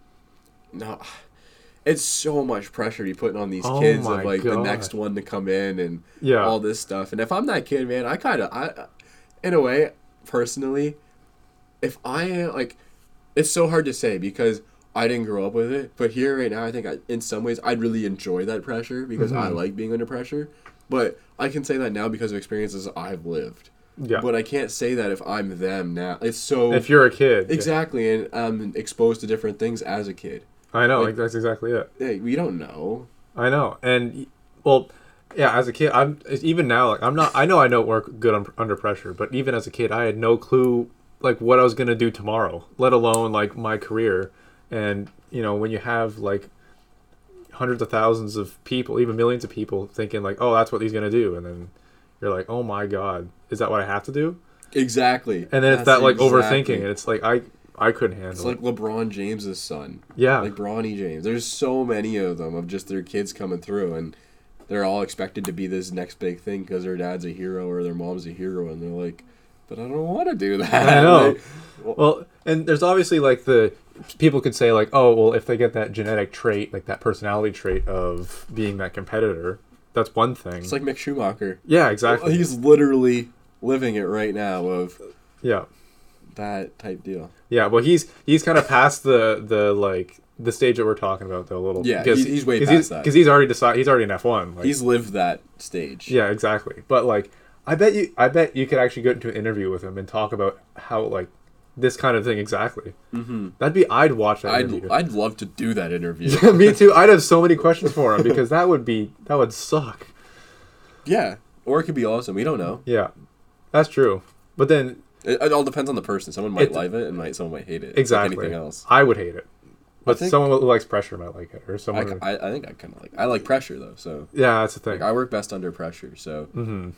Speaker 1: no, it's so much pressure you're putting on these
Speaker 5: Oh
Speaker 1: kids
Speaker 5: my
Speaker 1: of like the
Speaker 5: God.
Speaker 1: next one to come in and
Speaker 5: Yeah.
Speaker 1: all this stuff. And if I'm that kid, man, I kind of, I, in a way, personally, if I am like, it's so hard to say because I didn't grow up with it. But here right now, I think I, in some ways I'd really enjoy that pressure because I
Speaker 5: Mm-hmm.
Speaker 1: like being under pressure. But I can say that now because of experiences I've lived.
Speaker 5: Yeah.
Speaker 1: But I can't say that if I'm them now. It's so
Speaker 5: If you're a kid. yeah.
Speaker 1: Exactly, and um, exposed to different things as a kid.
Speaker 5: I know. Like that's exactly it.
Speaker 1: Hey, we don't know.
Speaker 5: I know, and well, yeah. As a kid, I'm even now. Like I'm not. I know I don't work good un, under pressure, but even as a kid, I had no clue like what I was gonna do tomorrow, let alone like my career. And you know, when you have like hundreds of thousands of people, even millions of people, thinking like, "Oh, that's what he's gonna do," and then you're like, "Oh my god, is that what I have to do?"
Speaker 1: Exactly.
Speaker 5: And then it's
Speaker 1: That's
Speaker 5: that like overthinking,
Speaker 1: exactly-
Speaker 5: and it's like I I couldn't handle
Speaker 1: It's like
Speaker 5: it.
Speaker 1: LeBron James's son.
Speaker 5: Yeah.
Speaker 1: Like Bronny James. There's so many of them of just their kids coming through, and they're all expected to be this next big thing because their dad's a hero or their mom's a hero, and they're like, but I don't want to do that.
Speaker 5: I know.
Speaker 1: Like,
Speaker 5: Well, and there's obviously like the people could say like, oh, well, if they get that genetic trait, like that personality trait of being that competitor, that's one thing.
Speaker 1: it's like Mick Schumacher.
Speaker 5: yeah, exactly.
Speaker 1: He's literally living it right now of
Speaker 5: yeah,
Speaker 1: that type deal.
Speaker 5: yeah. Well, he's he's kind of past the the like the stage that we're talking about though a little.
Speaker 1: Yeah, he's- he's way
Speaker 5: cause
Speaker 1: past that.
Speaker 5: because he's already decided. He's already in F one. Like,
Speaker 1: He's lived that stage.
Speaker 5: yeah, exactly. But like, I bet you, I bet you could actually go into an interview with him and talk about how like this kind of thing exactly. Mm-hmm. That'd be I'd watch that. interview.
Speaker 1: I'd, I'd love to do that interview.
Speaker 5: Me too. I'd have so many questions for him because that would be that would suck.
Speaker 1: Yeah, or it could be awesome. We don't know.
Speaker 5: Yeah, that's true. But then
Speaker 1: It, it all depends on the person. Someone might
Speaker 5: It-
Speaker 1: love it, and might someone might hate it. like
Speaker 5: exactly,
Speaker 1: anything else.
Speaker 5: I would hate it. But
Speaker 1: think-
Speaker 5: someone who likes pressure might like it, or
Speaker 1: I,
Speaker 5: someone. who-
Speaker 1: I, I think I kind of like. I like pressure though, so
Speaker 5: yeah, that's the thing.
Speaker 1: like, I work best under pressure. So.
Speaker 5: Mm-hmm.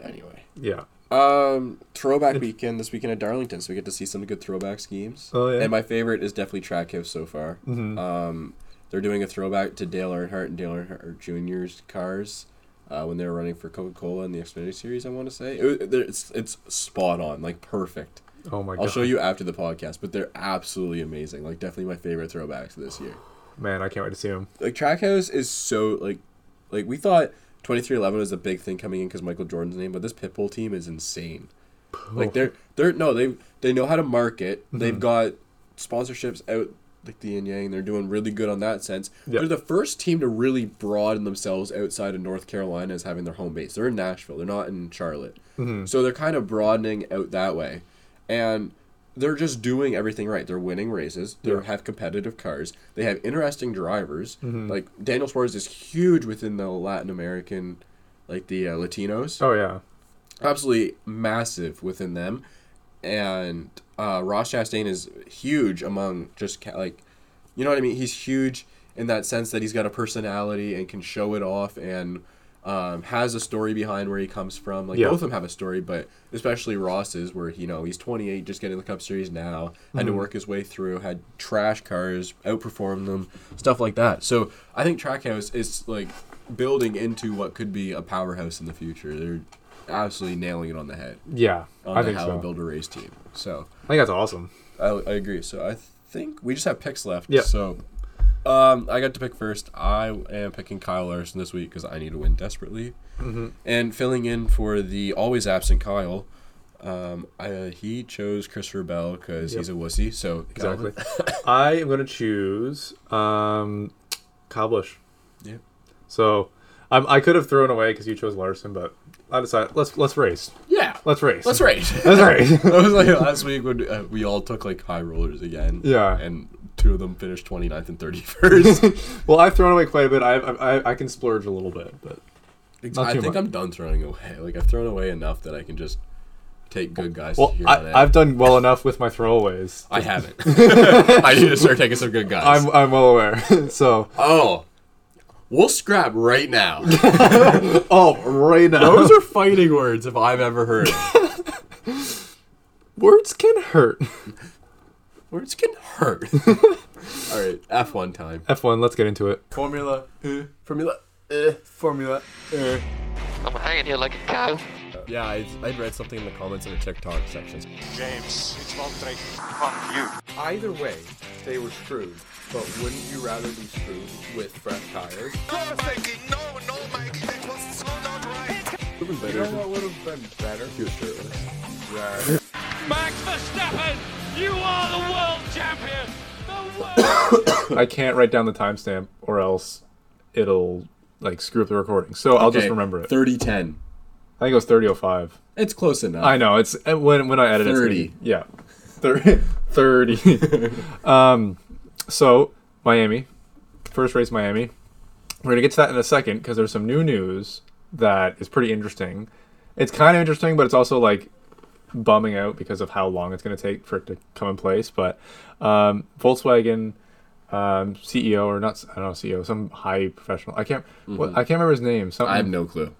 Speaker 1: Anyway,
Speaker 5: yeah,
Speaker 1: um, throwback weekend this weekend at Darlington, so we get to see some good throwback schemes.
Speaker 5: Oh, yeah. Mm-hmm.
Speaker 1: And my favorite is definitely Track House so far. Um, they're doing a throwback to Dale Earnhardt and Dale Earnhardt Jr.'s cars. Uh, when they were running for Coca Cola in the Xfinity Series, I want to say it, it- it's it's spot on, like perfect.
Speaker 5: Oh my
Speaker 1: I'll
Speaker 5: god,
Speaker 1: show you after the podcast, but they're absolutely amazing. Like definitely my favorite throwbacks this year.
Speaker 5: man! I can't wait to see him.
Speaker 1: Like Trackhouse is so like, like we thought twenty three eleven was a big thing coming in because Michael Jordan's name, but this Pitbull team is insane. Like they're they're no they they know how to market. They've got sponsorships out like the yin yang. They're doing really good on that sense.
Speaker 5: Yeah.
Speaker 1: They're the first team to really broaden themselves outside of North Carolina as having their home base. They're in Nashville. They're not in Charlotte. So they're kind of broadening out that way, and they're just doing everything right. They're winning races. They
Speaker 5: Yeah.
Speaker 1: have competitive cars. They have interesting drivers. Like Daniel Suarez is huge within the Latin American, like the uh, Latinos
Speaker 5: Oh yeah,
Speaker 1: absolutely massive within them, and uh, Ross Chastain is huge among just ca- like, you know what I mean. He's huge in that sense that he's got a personality and can show it off and um, has a story behind where he comes from. Like
Speaker 5: Yeah.
Speaker 1: both of them have a story, but especially Ross's, where you know he's 28, just getting the Cup Series now, had
Speaker 5: Mm-hmm.
Speaker 1: to work his way through, had trash cars, outperformed them, stuff like that. So I think Trackhouse is like building into what could be a powerhouse in the future. They're absolutely nailing it on the head
Speaker 5: yeah.
Speaker 1: on
Speaker 5: I
Speaker 1: the
Speaker 5: think
Speaker 1: how
Speaker 5: so.
Speaker 1: to build a race team. So
Speaker 5: I think that's awesome.
Speaker 1: I, I agree. So I think we just have picks left.
Speaker 5: Yeah.
Speaker 1: So um, I got to pick first. I am picking Kyle Larson this week because I need to win desperately.
Speaker 5: Mm-hmm.
Speaker 1: And filling in for the always absent Kyle, um, I, he chose Christopher Bell because he's a wussy. So Calvin-
Speaker 5: Exactly. I am gonna choose um, Kyle Busch.
Speaker 1: Yeah.
Speaker 5: So I'm, I could have thrown away because you chose Larson, but I decided let's let's race.
Speaker 1: Yeah.
Speaker 5: Let's race.
Speaker 1: Let's race.
Speaker 5: Let's race.
Speaker 1: That was like last week when uh, we all took like high rollers again.
Speaker 5: Yeah.
Speaker 1: And two of them finished 29th and 31st.
Speaker 5: well, I've thrown away quite a bit. I I, I can splurge a little bit, but Not
Speaker 1: I
Speaker 5: too
Speaker 1: think
Speaker 5: much.
Speaker 1: I'm done throwing away. Like, I've thrown away enough that I can just take good guys
Speaker 5: well,
Speaker 1: here on
Speaker 5: I,
Speaker 1: in.
Speaker 5: I've done well enough with my throwaways.
Speaker 1: I haven't. I need to start taking some good guys.
Speaker 5: I'm I'm well aware. so
Speaker 1: oh. We'll scrap right now.
Speaker 5: oh, right now
Speaker 1: Those are fighting words if I've ever heard.
Speaker 5: words can hurt.
Speaker 1: Words can hurt. All right, F1 time.
Speaker 5: F1, let's get into it.
Speaker 1: Formula uh, Formula uh, Formula uh.
Speaker 6: I'm hanging here like a cow.
Speaker 1: Yeah, I, I'd read something in the comments in the TikTok section.
Speaker 4: James, it's Valtteri.
Speaker 7: Either way, they were screwed. But wouldn't you rather be screwed with fresh tires? You know what would have been better? Yeah.
Speaker 4: Max Verstappen, you are the world champion. The world.
Speaker 5: I can't write down the timestamp or else it'll like screw up the recording. So I'll just remember it.
Speaker 1: 30 10.
Speaker 5: I think it was 3005.
Speaker 1: It's close enough.
Speaker 5: I know it's uh, when when I edit it.
Speaker 1: 30.
Speaker 5: Yeah. Thir- 30. um so Miami first race Miami. We're going to get to that in a second because there's some new news that is pretty interesting. It's kind of interesting but it's also like bumming out because of how long it's going to take for it to come in place, but um Volkswagen um, CEO or not? I don't know CEO. Some high professional. I can't. What, I can't remember his name. Something.
Speaker 1: Mm-hmm. I have no clue.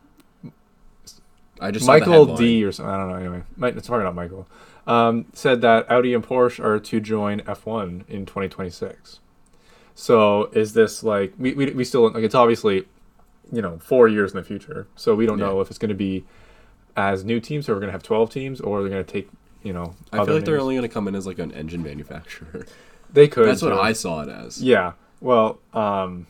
Speaker 1: I just saw the
Speaker 5: Michael
Speaker 1: headline.
Speaker 5: D or something. I don't know. Anyway, Might- it's probably not Michael. Um, said that Audi and Porsche are to join F1 in 2026. So is this like we, we, we still like it's obviously you know four years in the future. So we don't know if it's going to be as new teams or we're going to have 12 teams or they're going to take you know.
Speaker 1: I feel like they're
Speaker 5: names.
Speaker 1: only going to come in as like an engine manufacturer.
Speaker 5: they could.
Speaker 1: That's what
Speaker 5: too.
Speaker 1: I saw it as.
Speaker 5: Yeah. Well, um,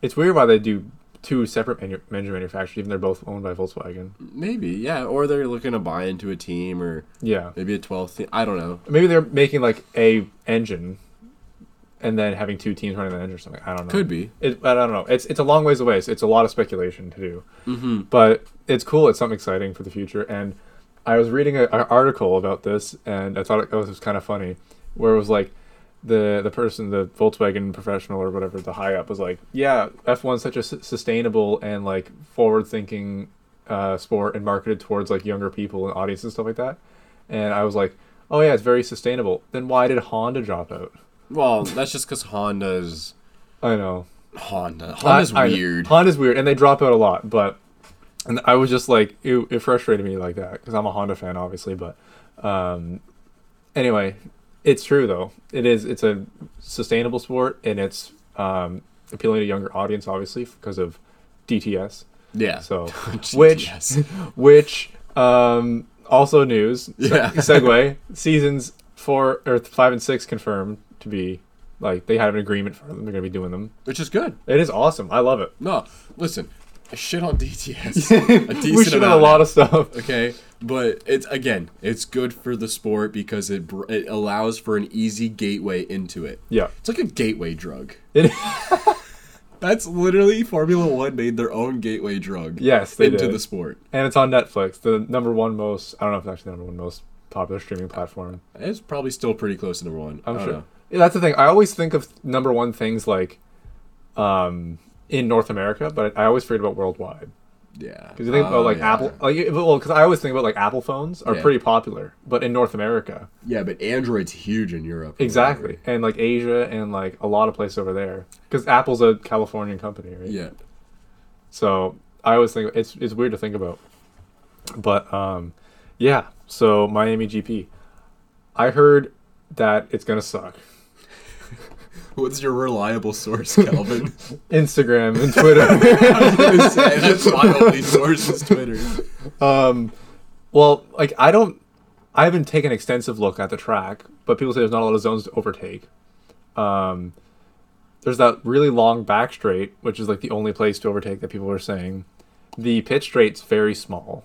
Speaker 5: it's weird why they do two separate manu- engine manufacturers, even they're both owned by Volkswagen.
Speaker 1: Maybe, yeah. Or they're looking to buy into a team or
Speaker 5: Yeah.
Speaker 1: maybe a 12th team. I don't know.
Speaker 5: Maybe they're making like a engine, and then having two teams running the engine or something. I don't know.
Speaker 1: Could be.
Speaker 5: It, I don't know. It's it's a long ways away. So it's a lot of speculation to do. Mm-hmm. But it's cool. It's something exciting for the future. And I was reading a, an article about this, and I thought it was, kind of funny, where it was like. The, the person the Volkswagen professional or whatever the high up was like yeah F1 is such a s- sustainable and like forward thinking uh, sport and marketed towards like younger people and audiences and stuff like that and I was like oh yeah it's very sustainable then why did Honda drop out
Speaker 1: Well, that's just because Honda's.
Speaker 5: I know
Speaker 1: Honda. Honda's
Speaker 5: I- I-
Speaker 1: weird.
Speaker 5: Honda's weird, and they drop out a lot. But and I was just like, it, it frustrated me like that because I'm a Honda fan, obviously. But um, anyway, it's true though. It is. It's a sustainable sport, and it's um, appealing to younger audience, obviously, because of DTS.
Speaker 1: yeah.
Speaker 5: So,
Speaker 1: GTS.
Speaker 5: which, which, um, also news. se-
Speaker 1: Yeah.
Speaker 5: segue seasons four or five and six confirmed to be like they have an agreement for them. They're gonna be doing them.
Speaker 1: Which is good.
Speaker 5: It is awesome. I love it.
Speaker 1: No, listen, I shit on DTS. a decent
Speaker 5: we should have a
Speaker 1: amount.
Speaker 5: lot of stuff.
Speaker 1: Okay, but it's again, it's good for the sport because it br- it allows for an easy gateway into it.
Speaker 5: Yeah.
Speaker 1: it's like a gateway drug.
Speaker 5: It-
Speaker 1: That's literally Formula One made their own gateway drug.
Speaker 5: Yes, they
Speaker 1: into
Speaker 5: did.
Speaker 1: the sport.
Speaker 5: and it's on Netflix, the number one most I don't know if it's actually the number one most popular streaming platform.
Speaker 1: It's probably still pretty close to number one.
Speaker 5: I'm
Speaker 1: I don't
Speaker 5: sure.
Speaker 1: know.
Speaker 5: Yeah, that's the thing. I always think of number one things like um in North America, but I always forget about worldwide.
Speaker 1: Yeah,
Speaker 5: Because you think
Speaker 1: Oh,
Speaker 5: about like
Speaker 1: yeah.
Speaker 5: Apple, like well, because I always think about like Apple phones are
Speaker 1: Yeah.
Speaker 5: pretty popular, but in North America,
Speaker 1: Yeah, but Android's huge in Europe.
Speaker 5: exactly, and like Asia and like a lot of places over there, because Apple's a Californian company, right?
Speaker 1: Yeah,
Speaker 5: So I always think it's it's weird to think about. But um yeah, so Miami GP. I heard that it's gonna suck.
Speaker 1: what's your reliable source, Calvin?
Speaker 5: Instagram and Twitter.
Speaker 1: That's my only source is Twitter.
Speaker 5: well, like I don't I haven't taken an extensive look at the track, but people say there's not a lot of zones to overtake. Um there's that really long back straight, which is like the only place to overtake that people are saying. The pitch straight's very small.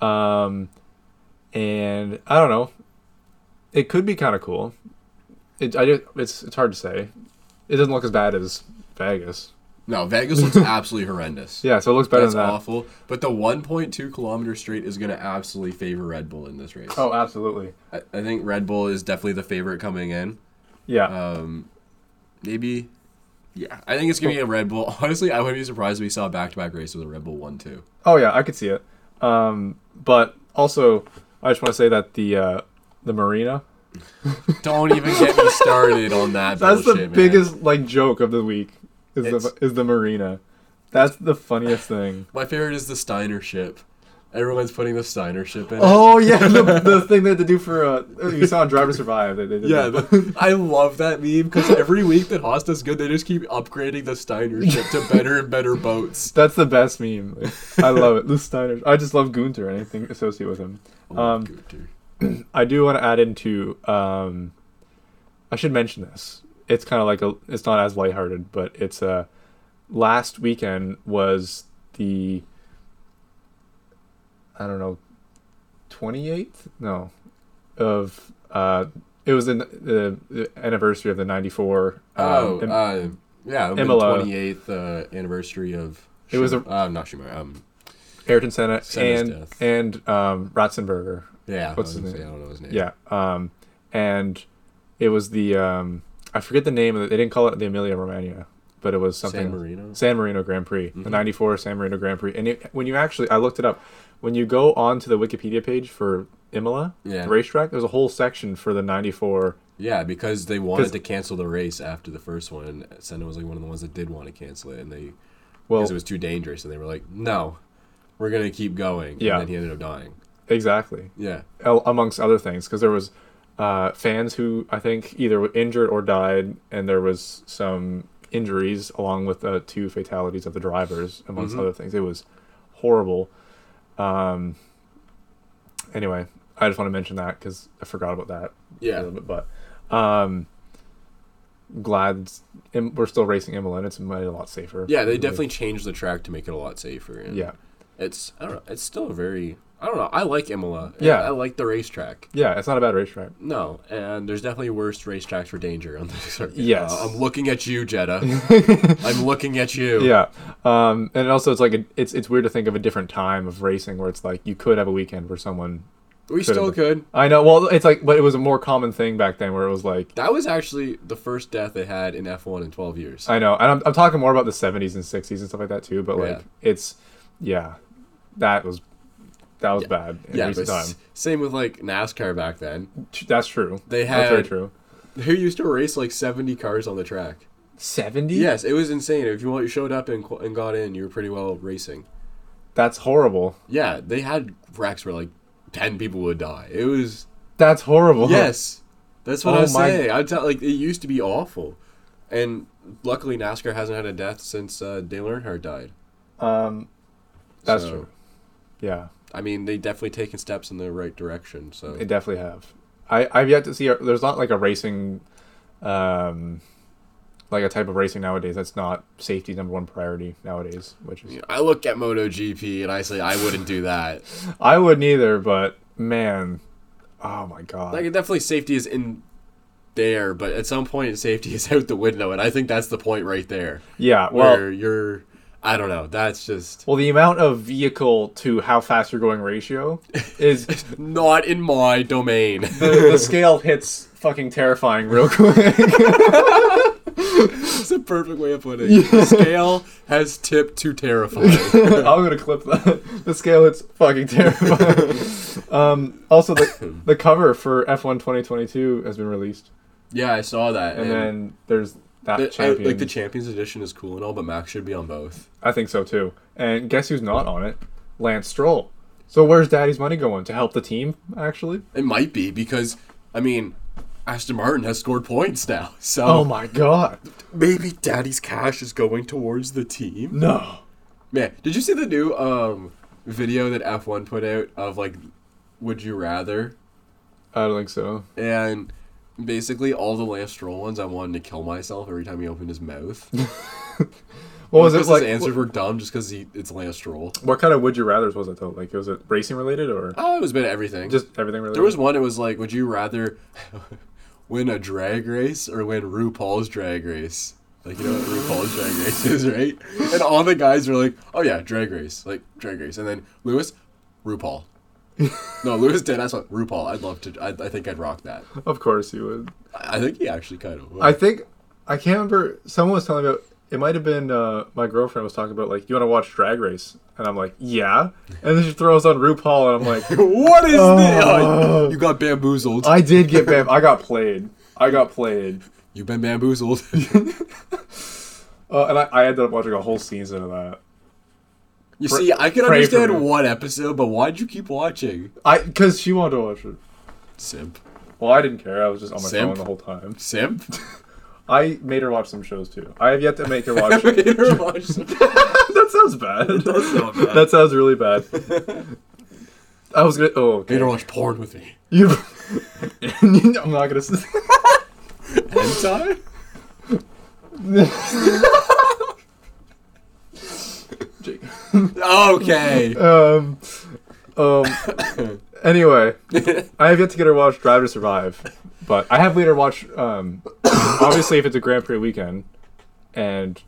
Speaker 5: Um and I don't know. It could be kind of cool. It, I just, it's it's hard to say. It doesn't look as bad as Vegas.
Speaker 1: No, Vegas looks absolutely horrendous.
Speaker 5: Yeah, so it looks better
Speaker 1: That's
Speaker 5: than that.
Speaker 1: awful. But the 1.2 kilometer straight is going to absolutely favor Red Bull in this race.
Speaker 5: Oh, absolutely.
Speaker 1: I, I think Red Bull is definitely the favorite coming in.
Speaker 5: Yeah.
Speaker 1: Uh, Maybe. Yeah, I think it's going to be a Red Bull. Honestly, I wouldn't be surprised if we saw a back to back race with a Red Bull 1 2.
Speaker 5: oh yeah, I could see it. Um, but also, I just want to say that the uh, the marina
Speaker 1: Don't even get me started on that.
Speaker 5: That's the
Speaker 1: bullshit, man.
Speaker 5: biggest like joke of the week is
Speaker 1: It's-
Speaker 5: the is the marina. That's the funniest thing.
Speaker 1: My favorite is the Steiner ship. Everyone's putting the Steiner ship in. it.
Speaker 5: Oh yeah, the, the thing they had to do for uh, you saw on Drive to Survive. They, they did
Speaker 1: Yeah,
Speaker 5: that.
Speaker 1: the, I love that meme because every week that Haas does good, they just keep upgrading the Steiner ship to better and better boats.
Speaker 5: that's the best meme. I love it. The Steiner. I just love Gunter and anything associated with him. Um,
Speaker 1: Good, Oh, dude.
Speaker 5: I do want to add into. Um, I should mention this. It's kind of like a. It's not as lighthearted, but it's uh Last weekend was the. I don't know, twenty eighth. No, of uh, it was in the, the anniversary of the um, ninety four.
Speaker 1: oh, uh, yeah, the
Speaker 5: Imola.
Speaker 1: 28th uh, anniversary of.
Speaker 5: It was
Speaker 1: Schum-
Speaker 5: a-
Speaker 1: uh, not Schumacher. Um,
Speaker 5: Ayrton Senna
Speaker 1: Senna's
Speaker 5: and
Speaker 1: death.
Speaker 5: and um, Ratzenberger.
Speaker 1: yeah,
Speaker 5: What's
Speaker 1: I, was gonna
Speaker 5: his
Speaker 1: say,
Speaker 5: name?
Speaker 1: I don't know his name.
Speaker 5: Yeah. Um, and it was the um, I forget the name of it. They didn't call it the Emilia Romagna, but it was
Speaker 1: San
Speaker 5: something
Speaker 1: Marino? Mm-hmm.
Speaker 5: San Marino Grand Prix, the '94 San Marino Grand Prix. And it, when you actually, I looked it up. When you go onto the Wikipedia page for Imola,
Speaker 1: Yeah.
Speaker 5: the racetrack, there's a whole section for the '94.
Speaker 1: Yeah, because they wanted
Speaker 5: 'Cause-
Speaker 1: to cancel the race after the first one, and Senna was like one of the ones that did want to cancel it, and they
Speaker 5: Well,
Speaker 1: because it was too dangerous, and they were like, "No, we're gonna keep going."
Speaker 5: Yeah.
Speaker 1: and then he ended up dying.
Speaker 5: exactly.
Speaker 1: Yeah,
Speaker 5: al- amongst other things, because there was uh, fans who I think either were injured or died, and there was some injuries along with uh, two fatalities of the drivers, amongst
Speaker 1: Mm-hmm.
Speaker 5: other things. It was horrible. Um, anyway, I just want to mention that because I forgot about that.
Speaker 1: Yeah.
Speaker 5: a little bit, but um, glad Im- we're still racing Imola. and It's made a lot safer.
Speaker 1: yeah, they definitely changed the track to make it a lot safer. And
Speaker 5: Yeah.
Speaker 1: it's I don't know, it's still a very I don't know. I like Imola.
Speaker 5: Yeah.
Speaker 1: I, like the racetrack.
Speaker 5: Yeah, it's not a bad racetrack.
Speaker 1: No, and there's definitely worse racetracks for danger on the circuit.
Speaker 5: Yes.
Speaker 1: Uh, I'm looking at you, Jeddah. I'm looking at you.
Speaker 5: Yeah, um, and also it's like a, it's it's weird to think of a different time of racing where it's like you could have a weekend where someone.
Speaker 1: we
Speaker 5: could have
Speaker 1: still
Speaker 5: been-
Speaker 1: could.
Speaker 5: I know. Well, it's like, but it was a more common thing back then where it was like.
Speaker 1: That was actually the first death they had in F1 in 12 years.
Speaker 5: I know, and I'm, I'm talking more about the 70s and 60s and stuff like that too. But like,
Speaker 1: Yeah.
Speaker 5: it's yeah, that was that was bad in
Speaker 1: yeah,
Speaker 5: recent
Speaker 1: but
Speaker 5: time.
Speaker 1: s- same with like NASCAR back then.
Speaker 5: T- That's true.
Speaker 1: They
Speaker 5: That's very
Speaker 1: had-
Speaker 5: true.
Speaker 1: They used to race like 70 cars on the track.
Speaker 5: 70.
Speaker 1: Yes, it was insane. If you showed up and, qu- and got in, you were pretty well racing.
Speaker 5: That's horrible.
Speaker 1: Yeah, they had wrecks where like 10 people would die. It was
Speaker 5: That's horrible.
Speaker 1: Yes, that's what I
Speaker 5: Oh
Speaker 1: was
Speaker 5: my-
Speaker 1: saying. I'm tell- like it used to be awful, and luckily NASCAR hasn't had a death since uh, Dale Earnhardt died.
Speaker 5: That's
Speaker 1: So,
Speaker 5: true. Yeah.
Speaker 1: I mean, they definitely taken steps in the right direction. So
Speaker 5: They definitely have. I, I've yet to see. A, there's not like a racing, um, like a type of racing nowadays that's not safety number one priority nowadays. Which is
Speaker 1: I look at MotoGP and I say I wouldn't do that.
Speaker 5: I wouldn't either, but man, oh my god,
Speaker 1: Like definitely safety is in there, but at some point safety is out the window, and I think that's the point right there.
Speaker 5: yeah. Well,
Speaker 1: where you're, I don't know. That's just
Speaker 5: well, the amount of vehicle to how fast you're going ratio is the,
Speaker 1: not in my domain.
Speaker 5: the scale hits fucking terrifying real quick.
Speaker 1: That's the perfect way of putting it. The scale has tipped to terrifying.
Speaker 5: I'm gonna clip that. The scale it's fucking terrifying. um, also, the the cover for F1 2022 has been released.
Speaker 1: Yeah, I saw that.
Speaker 5: and then there's that
Speaker 1: the- I-
Speaker 5: champion.
Speaker 1: like the Champions Edition is cool and all, but Max should be on both.
Speaker 5: I think so too. And guess who's not on it? Lance Stroll. So where's Daddy's money going to help the team? Actually,
Speaker 1: It might be because I mean, Aston Martin has scored points now, so
Speaker 5: oh my god,
Speaker 1: maybe Daddy's cash is going towards the team.
Speaker 5: no!
Speaker 1: Man, did you see the new um video that F1 put out of like, would you rather?
Speaker 5: I don't think so.
Speaker 1: And basically all the Lance Stroll ones, I wanted to kill myself every time he opened his mouth.
Speaker 5: What was
Speaker 1: Because
Speaker 5: it like?
Speaker 1: his answers were dumb just because he it's Lance Stroll.
Speaker 5: What kind of would you rather's was it though? Like was it racing related or
Speaker 1: Oh, it was a bit of everything.
Speaker 5: just everything related?
Speaker 1: There was one. It was like, would you rather win a drag race or win RuPaul's drag race? Like you know what RuPaul's Drag Race is, right? And all the guys are like, "Oh yeah, Drag Race, like Drag Race." And then Lewis, RuPaul. no, Lewis did. That's what RuPaul. I'd love to. I, I think I'd rock that.
Speaker 5: Of course you would.
Speaker 1: I, I think he actually kind of. Would.
Speaker 5: I think I can't remember. Someone was telling me about it. Might have been uh, my girlfriend was talking about like you want to watch Drag Race, and I'm like, yeah. And then she throws on RuPaul, and I'm like,
Speaker 1: what is this? Oh, you got bamboozled.
Speaker 5: Uh. I did get bam. I got played. I got played.
Speaker 1: You've been bamboozled.
Speaker 5: Uh, and I, I ended up watching a whole season of that.
Speaker 1: you see, I can
Speaker 5: pray for
Speaker 1: understand
Speaker 5: me.
Speaker 1: one episode, but why'd you keep watching?
Speaker 5: I because she wanted to watch it.
Speaker 1: Simp.
Speaker 5: Well, I didn't care. I was just on my
Speaker 1: Simp.
Speaker 5: phone the whole time.
Speaker 1: Simp.
Speaker 5: I made her watch some shows too. I have yet to make her watch.
Speaker 1: Made her watch some-
Speaker 5: that sounds bad.
Speaker 1: sound bad.
Speaker 5: That sounds really bad. I was gonna. Oh, okay.
Speaker 1: Made her watch porn with me.
Speaker 5: You. I'm not gonna. s-
Speaker 1: Hentai?
Speaker 5: Jake.
Speaker 1: Okay.
Speaker 5: Um. Um. anyway, I have yet to get her to watch Drive to Survive, but I have made her watch. Um, obviously, if it's a Grand Prix weekend, and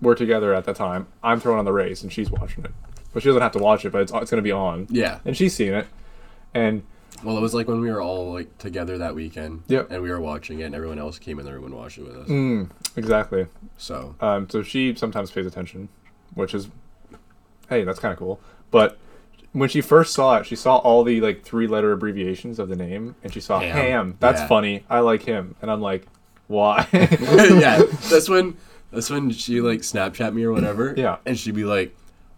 Speaker 5: we're together at that time, I'm throwing on the race and she's watching it. But she doesn't have to watch it, but it's it's gonna be on.
Speaker 1: Yeah.
Speaker 5: And she's seen it, and
Speaker 1: Well, it was like when we were all like together that weekend.
Speaker 5: Yep. Mm.
Speaker 1: And we were watching it, and everyone else came in the room and watched it with us.
Speaker 5: exactly.
Speaker 1: So
Speaker 5: Um, so she sometimes pays attention, which is, hey, that's kind of cool. But when she first saw it, she saw all the like three letter abbreviations of the name, and she saw
Speaker 1: Ham.
Speaker 5: Ham. That's
Speaker 1: Yeah.
Speaker 5: funny. I like him, and I'm like, why?
Speaker 1: yeah, that's when that's when she like Snapchat me or whatever.
Speaker 5: Yeah.
Speaker 1: And she'd be like,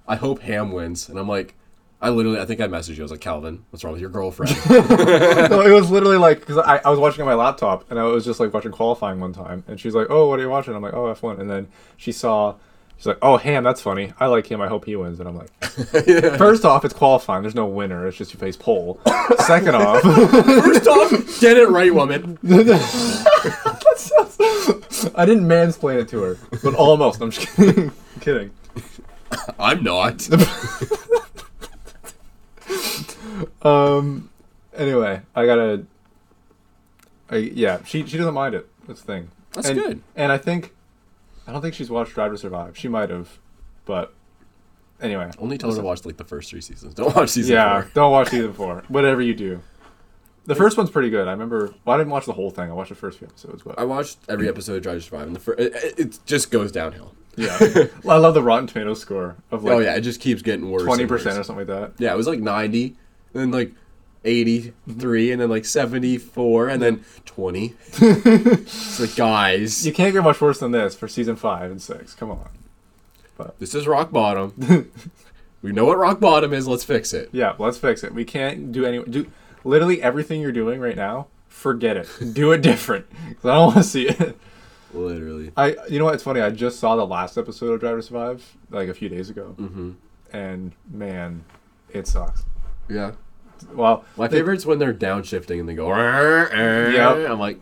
Speaker 1: "I hope Ham wins," and I'm like. I literally, I think I messaged you. I was like, Calvin, what's wrong with your girlfriend?
Speaker 5: no, it was literally like because I, I was watching on my laptop, and I was just like watching qualifying one time, and she's like, oh, what are you watching? I'm like, oh, F1, and then she saw. She's like, oh, Ham, that's funny. I like him. I hope he wins. And I'm like, first off, it's qualifying. There's no winner. It's just who plays pole. Second off,
Speaker 1: Stop! Get it right, woman.
Speaker 5: I didn't mansplain it to her, but almost. I'm just kidding. kidding.
Speaker 1: I'm not.
Speaker 5: Anyway, I gotta. I, yeah, she she doesn't mind it. That's the thing.
Speaker 1: That's
Speaker 5: and,
Speaker 1: good.
Speaker 5: And I think, I don't think she's watched Drive to Survive. She might have, but anyway.
Speaker 1: Only tell her to watch like the first three seasons. Don't watch season
Speaker 5: Yeah,
Speaker 1: four.
Speaker 5: don't watch either four. Whatever you do, the first one's pretty good. I remember. Well, I didn't watch the whole thing. I watched the first few episodes, but
Speaker 1: I watched
Speaker 5: Mm.
Speaker 1: every episode of Drive to Survive, and the first it, it- it just goes downhill.
Speaker 5: yeah, Well, I love the Rotten Tomato score of like
Speaker 1: oh yeah, it just keeps getting worse. and
Speaker 5: twenty percent or
Speaker 1: worse.
Speaker 5: something like that.
Speaker 1: Yeah, it was like ninety, then like eighty-three, and then like seventy-four, and then twenty. it's like guys,
Speaker 5: You can't get much worse than this for season five and six. Come on.
Speaker 1: this is rock bottom. we know what rock bottom is. Let's fix it.
Speaker 5: Yeah, let's fix it. We can't do any do literally everything you're doing right now. Forget it. Do it different. 'Cause I don't want to see it.
Speaker 1: Literally.
Speaker 5: I you know what? It's funny. I just saw the last episode of Drive to Survive like a few days ago, mm-hmm. and man, it sucks.
Speaker 1: Yeah.
Speaker 5: Well,
Speaker 1: My
Speaker 5: they-
Speaker 1: favorite's when they're downshifting and they go. Yeah.
Speaker 5: Yep.
Speaker 1: I'm like,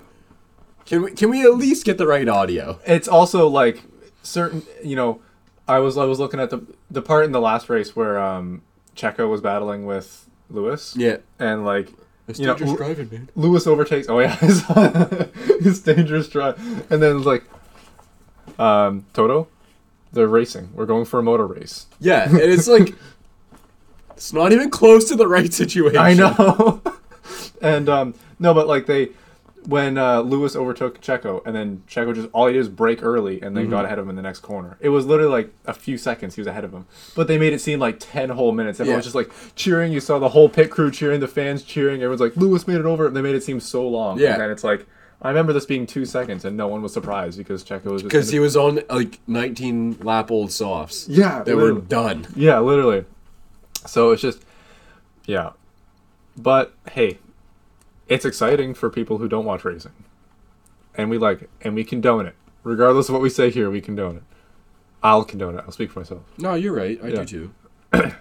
Speaker 1: can we can we at least get the right audio?
Speaker 5: it's also like certain you know i was i was looking at the the part in the last race where um checo was battling with lewis
Speaker 1: Yeah.
Speaker 5: and like you know Lu-
Speaker 1: driving, man.
Speaker 5: lewis overtakes oh yeah it's dangerous drive and then it's like um toto they're racing we're going for a motor race
Speaker 1: Yeah, and it's like it's not even close to the right situation.
Speaker 5: i know and um no but like they when uh, Lewis overtook Checo, and then Checo just all he did was break early, and
Speaker 1: Mm-hmm.
Speaker 5: then got ahead of him in the next corner. It was literally like a few seconds he was ahead of him, but they made it seem like ten whole minutes. Everyone
Speaker 1: Yeah.
Speaker 5: was just like cheering. You saw the whole pit crew cheering, the fans cheering. Everyone's like, "Lewis made it over," and they made it seem so long.
Speaker 1: Yeah.
Speaker 5: and then it's like I remember this being two seconds, and no one was surprised because Checo was just
Speaker 1: Because he
Speaker 5: gonna-
Speaker 1: was on like 19 lap old softs.
Speaker 5: Yeah,
Speaker 1: That were
Speaker 5: literally.
Speaker 1: done.
Speaker 5: yeah, literally. So it's just yeah, but hey, it's exciting for people who don't watch racing. And we like it. And we condone it. Regardless of what we say here, we condone it. I'll condone it. I'll speak for myself.
Speaker 1: No, you're right. I
Speaker 5: Yeah.
Speaker 1: do too.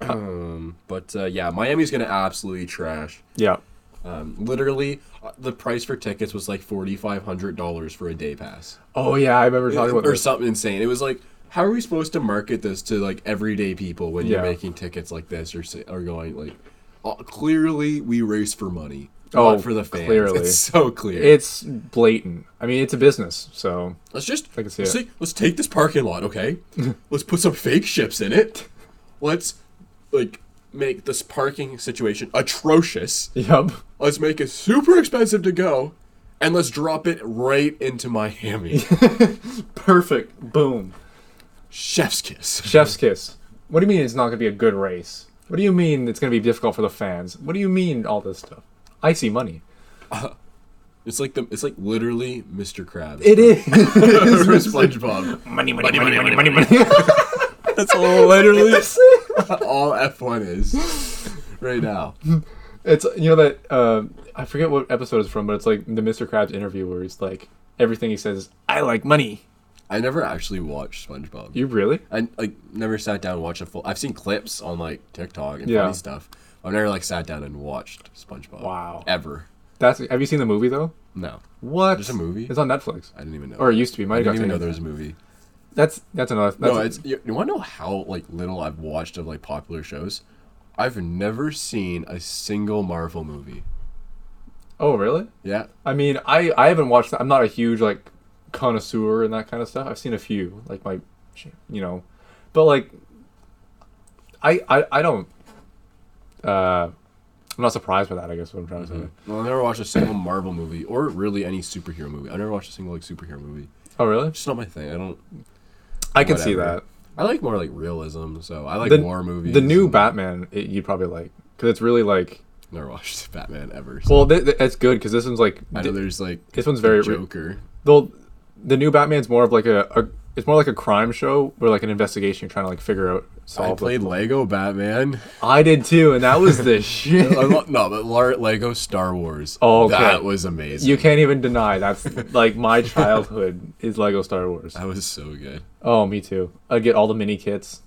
Speaker 1: um, but uh, yeah, Miami's going to absolutely trash.
Speaker 5: Yeah.
Speaker 1: Literally, uh, the price for tickets was like $4,500 for a day pass.
Speaker 5: Oh yeah, I remember talking about
Speaker 1: Or
Speaker 5: this.
Speaker 1: something insane. It was like, how are we supposed to market this to like everyday people when you're
Speaker 5: Yeah.
Speaker 1: making tickets like this or, say- or going like, uh, clearly we race for money. Oh,
Speaker 5: but
Speaker 1: for the fans.
Speaker 5: Clearly,
Speaker 1: It's so clear.
Speaker 5: it's blatant. I mean, it's a business, so
Speaker 1: let's just
Speaker 5: I can see
Speaker 1: let's
Speaker 5: it.
Speaker 1: take- let's take this parking lot, okay? let's put some fake ships in it. Let's like make this parking situation atrocious.
Speaker 5: yep.
Speaker 1: Let's make it super expensive to go, and let's drop it right into Miami.
Speaker 5: Perfect. Boom.
Speaker 1: Chef's kiss.
Speaker 5: Chef's kiss. What do you mean it's not going to be a good race? What do you mean it's going to be difficult for the fans? What do you mean all this stuff? I see money.
Speaker 1: It's like the it's like literally Mr. Krabs.
Speaker 5: It is.
Speaker 1: from SpongeBob.
Speaker 5: money, money, money, money, money, money.
Speaker 1: That's all literally all F1 is right now.
Speaker 5: It's you know that uh, I forget what episode it's from, but it's like the Mr. Krabs interview where he's like everything he says. is, I like money.
Speaker 1: I never actually watched SpongeBob.
Speaker 5: You really?
Speaker 1: I like never sat down and watched a full. I've seen clips on like TikTok and
Speaker 5: Yeah.
Speaker 1: funny stuff. I've never like sat down and watched SpongeBob.
Speaker 5: Wow.
Speaker 1: Ever?
Speaker 5: That's. Have you seen the movie though?
Speaker 1: No.
Speaker 5: What?
Speaker 1: There's a movie?
Speaker 5: It's on Netflix.
Speaker 1: I didn't even know.
Speaker 5: Or it used to be. Might
Speaker 1: I
Speaker 5: have got
Speaker 1: didn't even know
Speaker 5: taken
Speaker 1: there was a
Speaker 5: down.
Speaker 1: movie.
Speaker 5: That's that's another. That's
Speaker 1: no, it's you, you want to know how like little I've watched of like popular shows. I've never seen a single Marvel movie.
Speaker 5: Oh really?
Speaker 1: Yeah,
Speaker 5: I mean, I I haven't watched. that. I'm not a huge like connoisseur and that kind of stuff. I've seen a few, like my, you know, but like, I I I don't. Uh, I'm not surprised by that. I guess is what I'm trying to say.
Speaker 1: Well, I never watched a single Marvel movie or really any superhero movie. I never watched a single like superhero movie.
Speaker 5: Oh really?
Speaker 1: It's just not my thing. I don't.
Speaker 5: I can see
Speaker 1: whatever.
Speaker 5: that.
Speaker 1: I like more like realism. So I like
Speaker 5: The
Speaker 1: war movies.
Speaker 5: The new
Speaker 1: and-
Speaker 5: Batman, it, you'd probably like because it's really like.
Speaker 1: Never watched Batman ever. So
Speaker 5: Well, th- th- it's good because this one's like.
Speaker 1: I know there's like
Speaker 5: this one's very re-
Speaker 1: Joker.
Speaker 5: though the new Batman's more of like a, a it's more like a crime show where like an investigation you're trying to like figure out solve.
Speaker 1: I
Speaker 5: it.
Speaker 1: played Lego Batman.
Speaker 5: I did too, and that was the shit.
Speaker 1: I lo- no, but Lar- Lego Star Wars.
Speaker 5: Oh, okay.
Speaker 1: that was amazing.
Speaker 5: You can't even deny that's like my childhood is Lego Star Wars.
Speaker 1: that was so good.
Speaker 5: Oh, me too. I'd get all the mini kits.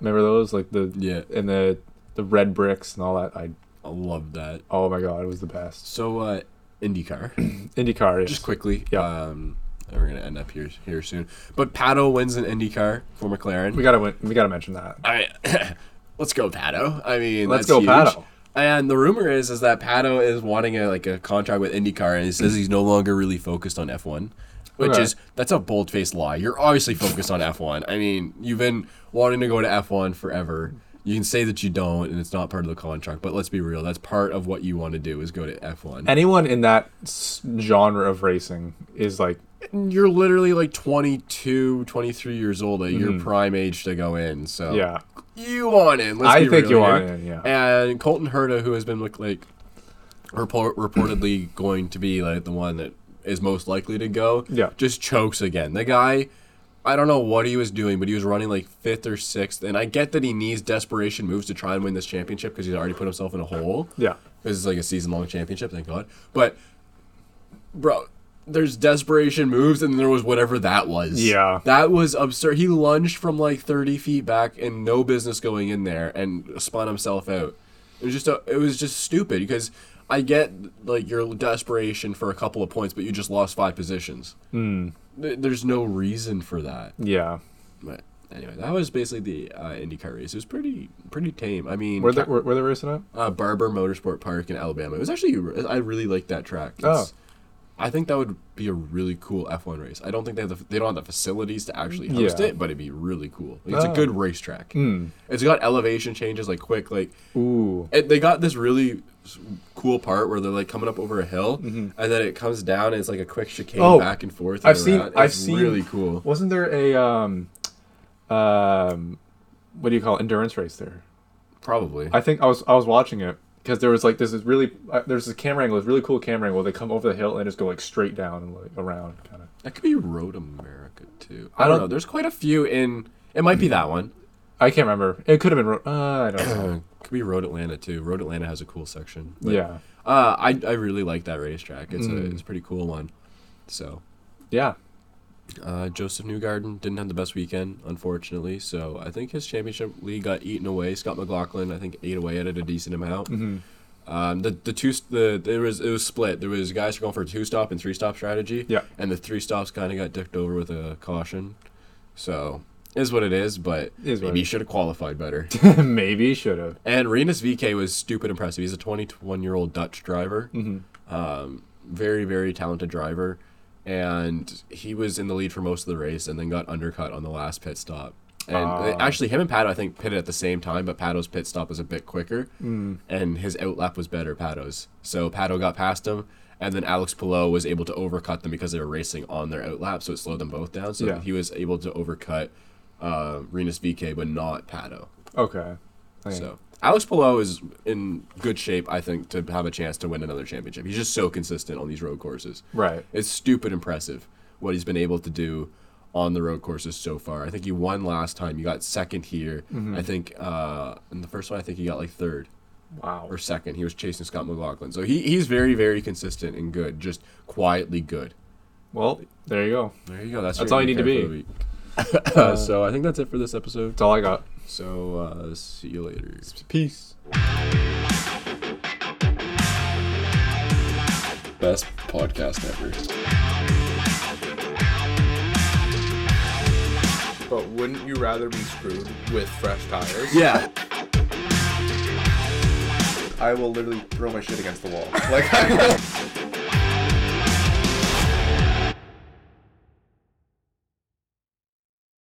Speaker 5: Remember those? Like the
Speaker 1: Yeah.
Speaker 5: and the the red bricks and all that. I
Speaker 1: I loved that.
Speaker 5: oh my god, it was the best.
Speaker 1: So uh, IndyCar.
Speaker 5: IndyCar. Yes.
Speaker 1: just quickly.
Speaker 5: Yeah.
Speaker 1: Um, we're gonna end up here here soon. But Pato wins an IndyCar for McLaren.
Speaker 5: we gotta win. We gotta mention that.
Speaker 1: I, let's go, Pato. I mean,
Speaker 5: Let's
Speaker 1: let's
Speaker 5: go,
Speaker 1: go, huge.
Speaker 5: Pato.
Speaker 1: And the rumor is is that Pato is wanting a like a contract with IndyCar, and he says he's no longer really focused on F one, which
Speaker 5: Okay.
Speaker 1: is that's a bold faced lie. You're obviously focused on F one. I mean, you've been wanting to go to F one forever. You can say that you don't, and it's not part of the contract. But let's be real; that's part of what you want to do is go to F one.
Speaker 5: Anyone in that s- genre of racing is like
Speaker 1: And you're literally like 22, 23 years old at your prime age to go in. So
Speaker 5: Mm-hmm. yeah.
Speaker 1: you want in. Let's
Speaker 5: I
Speaker 1: be
Speaker 5: think
Speaker 1: real
Speaker 5: you
Speaker 1: here.
Speaker 5: want in, yeah.
Speaker 1: And Colton Herta, who has been like, like report, reportedly going to be like the one that is most likely to go,
Speaker 5: Yeah.
Speaker 1: just chokes again. The guy, I don't know what he was doing, but he was running like fifth or sixth. And I get that he needs desperation moves to try and win this championship because he's already put himself in a hole.
Speaker 5: Yeah.
Speaker 1: This is like a season long championship, thank God. But, bro, there's desperation moves, and there was whatever that was.
Speaker 5: Yeah.
Speaker 1: That was absurd. He lunged from like 30 feet back and no business going in there and spun himself out. It was just, a, it was just stupid because I get like your desperation for a couple of points, but you just lost five positions. Th- There's no reason for that.
Speaker 5: Yeah.
Speaker 1: But anyway, that was basically the uh, IndyCar race. It was pretty, pretty tame. I mean,
Speaker 5: Where they
Speaker 1: Ca-
Speaker 5: where, where they racing at?
Speaker 1: uh, Barber Motorsport Park in Alabama. It was actually I really liked that track.
Speaker 5: Oh.
Speaker 1: It's- I think that would be a really cool F1 race. I don't think they have the, they don't have the facilities to actually host
Speaker 5: Yeah.
Speaker 1: it, but it'd be really cool. Like, it's
Speaker 5: Oh. Hmm.
Speaker 1: a good racetrack. It's got elevation changes like quick like
Speaker 5: Ooh.
Speaker 1: it, they got this really s- cool part where they're like coming up over a hill and then it comes down and it's like a quick chicane
Speaker 5: Mm-hmm. Oh.
Speaker 1: back and forth. and
Speaker 5: I've seen.
Speaker 1: around. It's
Speaker 5: I've seen.
Speaker 1: really cool.
Speaker 5: Wasn't there a um, um, what do you call it? endurance race there?
Speaker 1: Probably.
Speaker 5: I think I was I was watching it because there was like this is really uh, there's this camera angle, this really cool camera angle. They come over the hill and just go like straight down and like around kind of.
Speaker 1: that could be Road America too.
Speaker 5: I
Speaker 1: I don't
Speaker 5: don't-
Speaker 1: know. There's quite a few in it might be that one.
Speaker 5: I can't remember. It could have been. ro- Uh, I don't know.
Speaker 1: Uh, could be Road Atlanta too. Road Atlanta has a cool section. But,
Speaker 5: yeah,
Speaker 1: Uh, I I really like that racetrack. It's
Speaker 5: Mm.
Speaker 1: a it's a pretty cool one. So
Speaker 5: yeah.
Speaker 1: uh, Joseph Newgarden didn't have the best weekend, unfortunately. So I think his championship lead got eaten away. Scott McLaughlin, I think, ate away at it a decent amount.
Speaker 5: Mm-hmm.
Speaker 1: Um, the the two st- the there was it was split. There was guys going for a two stop and three stop strategy.
Speaker 5: Yeah.
Speaker 1: And the three stops kind of got dicked over with a caution. So is what it is, but
Speaker 5: Is what
Speaker 1: maybe
Speaker 5: it
Speaker 1: you
Speaker 5: is.
Speaker 1: should have qualified better.
Speaker 5: Maybe should have.
Speaker 1: and Renus VK was stupid impressive. He's a 21 year old Dutch driver. Um, very, very talented driver. And he was in the lead for most of the race and then got undercut on the last pit stop. And uh, actually, him and Pato, I think, pitted at the same time, but Pato's pit stop was a bit quicker. And his outlap was better, Pato's. So Pato got past him. And then Alex Pillow was able to overcut them because they were racing on their outlap. So it slowed them both down. So
Speaker 5: Yeah.
Speaker 1: he was able to overcut uh, Renus VK, but not Pato.
Speaker 5: Okay. Okay.
Speaker 1: So Alex Pillow is in good shape, I think, to have a chance to win another championship. He's just so consistent on these road courses.
Speaker 5: Right.
Speaker 1: It's stupid impressive what he's been able to do on the road courses so far. I think he won last time. You got second here.
Speaker 5: Mm-hmm.
Speaker 1: I think uh, in the first one, I think he got like third
Speaker 5: Wow.
Speaker 1: or second. He was chasing Scott McLaughlin. So he, he's very, very consistent and good, just quietly good.
Speaker 5: Well, there you go.
Speaker 1: There you go. That's,
Speaker 5: That's
Speaker 1: your
Speaker 5: all you need to
Speaker 1: handicap
Speaker 5: be.
Speaker 1: for the week. Uh, so I think that's it for this episode.
Speaker 5: That's all I got.
Speaker 1: So uh, see you later.
Speaker 5: Peace.
Speaker 1: Best podcast ever.
Speaker 7: But wouldn't you rather be screwed with fresh tires?
Speaker 1: Yeah.
Speaker 7: I will literally throw my shit against the wall. Like.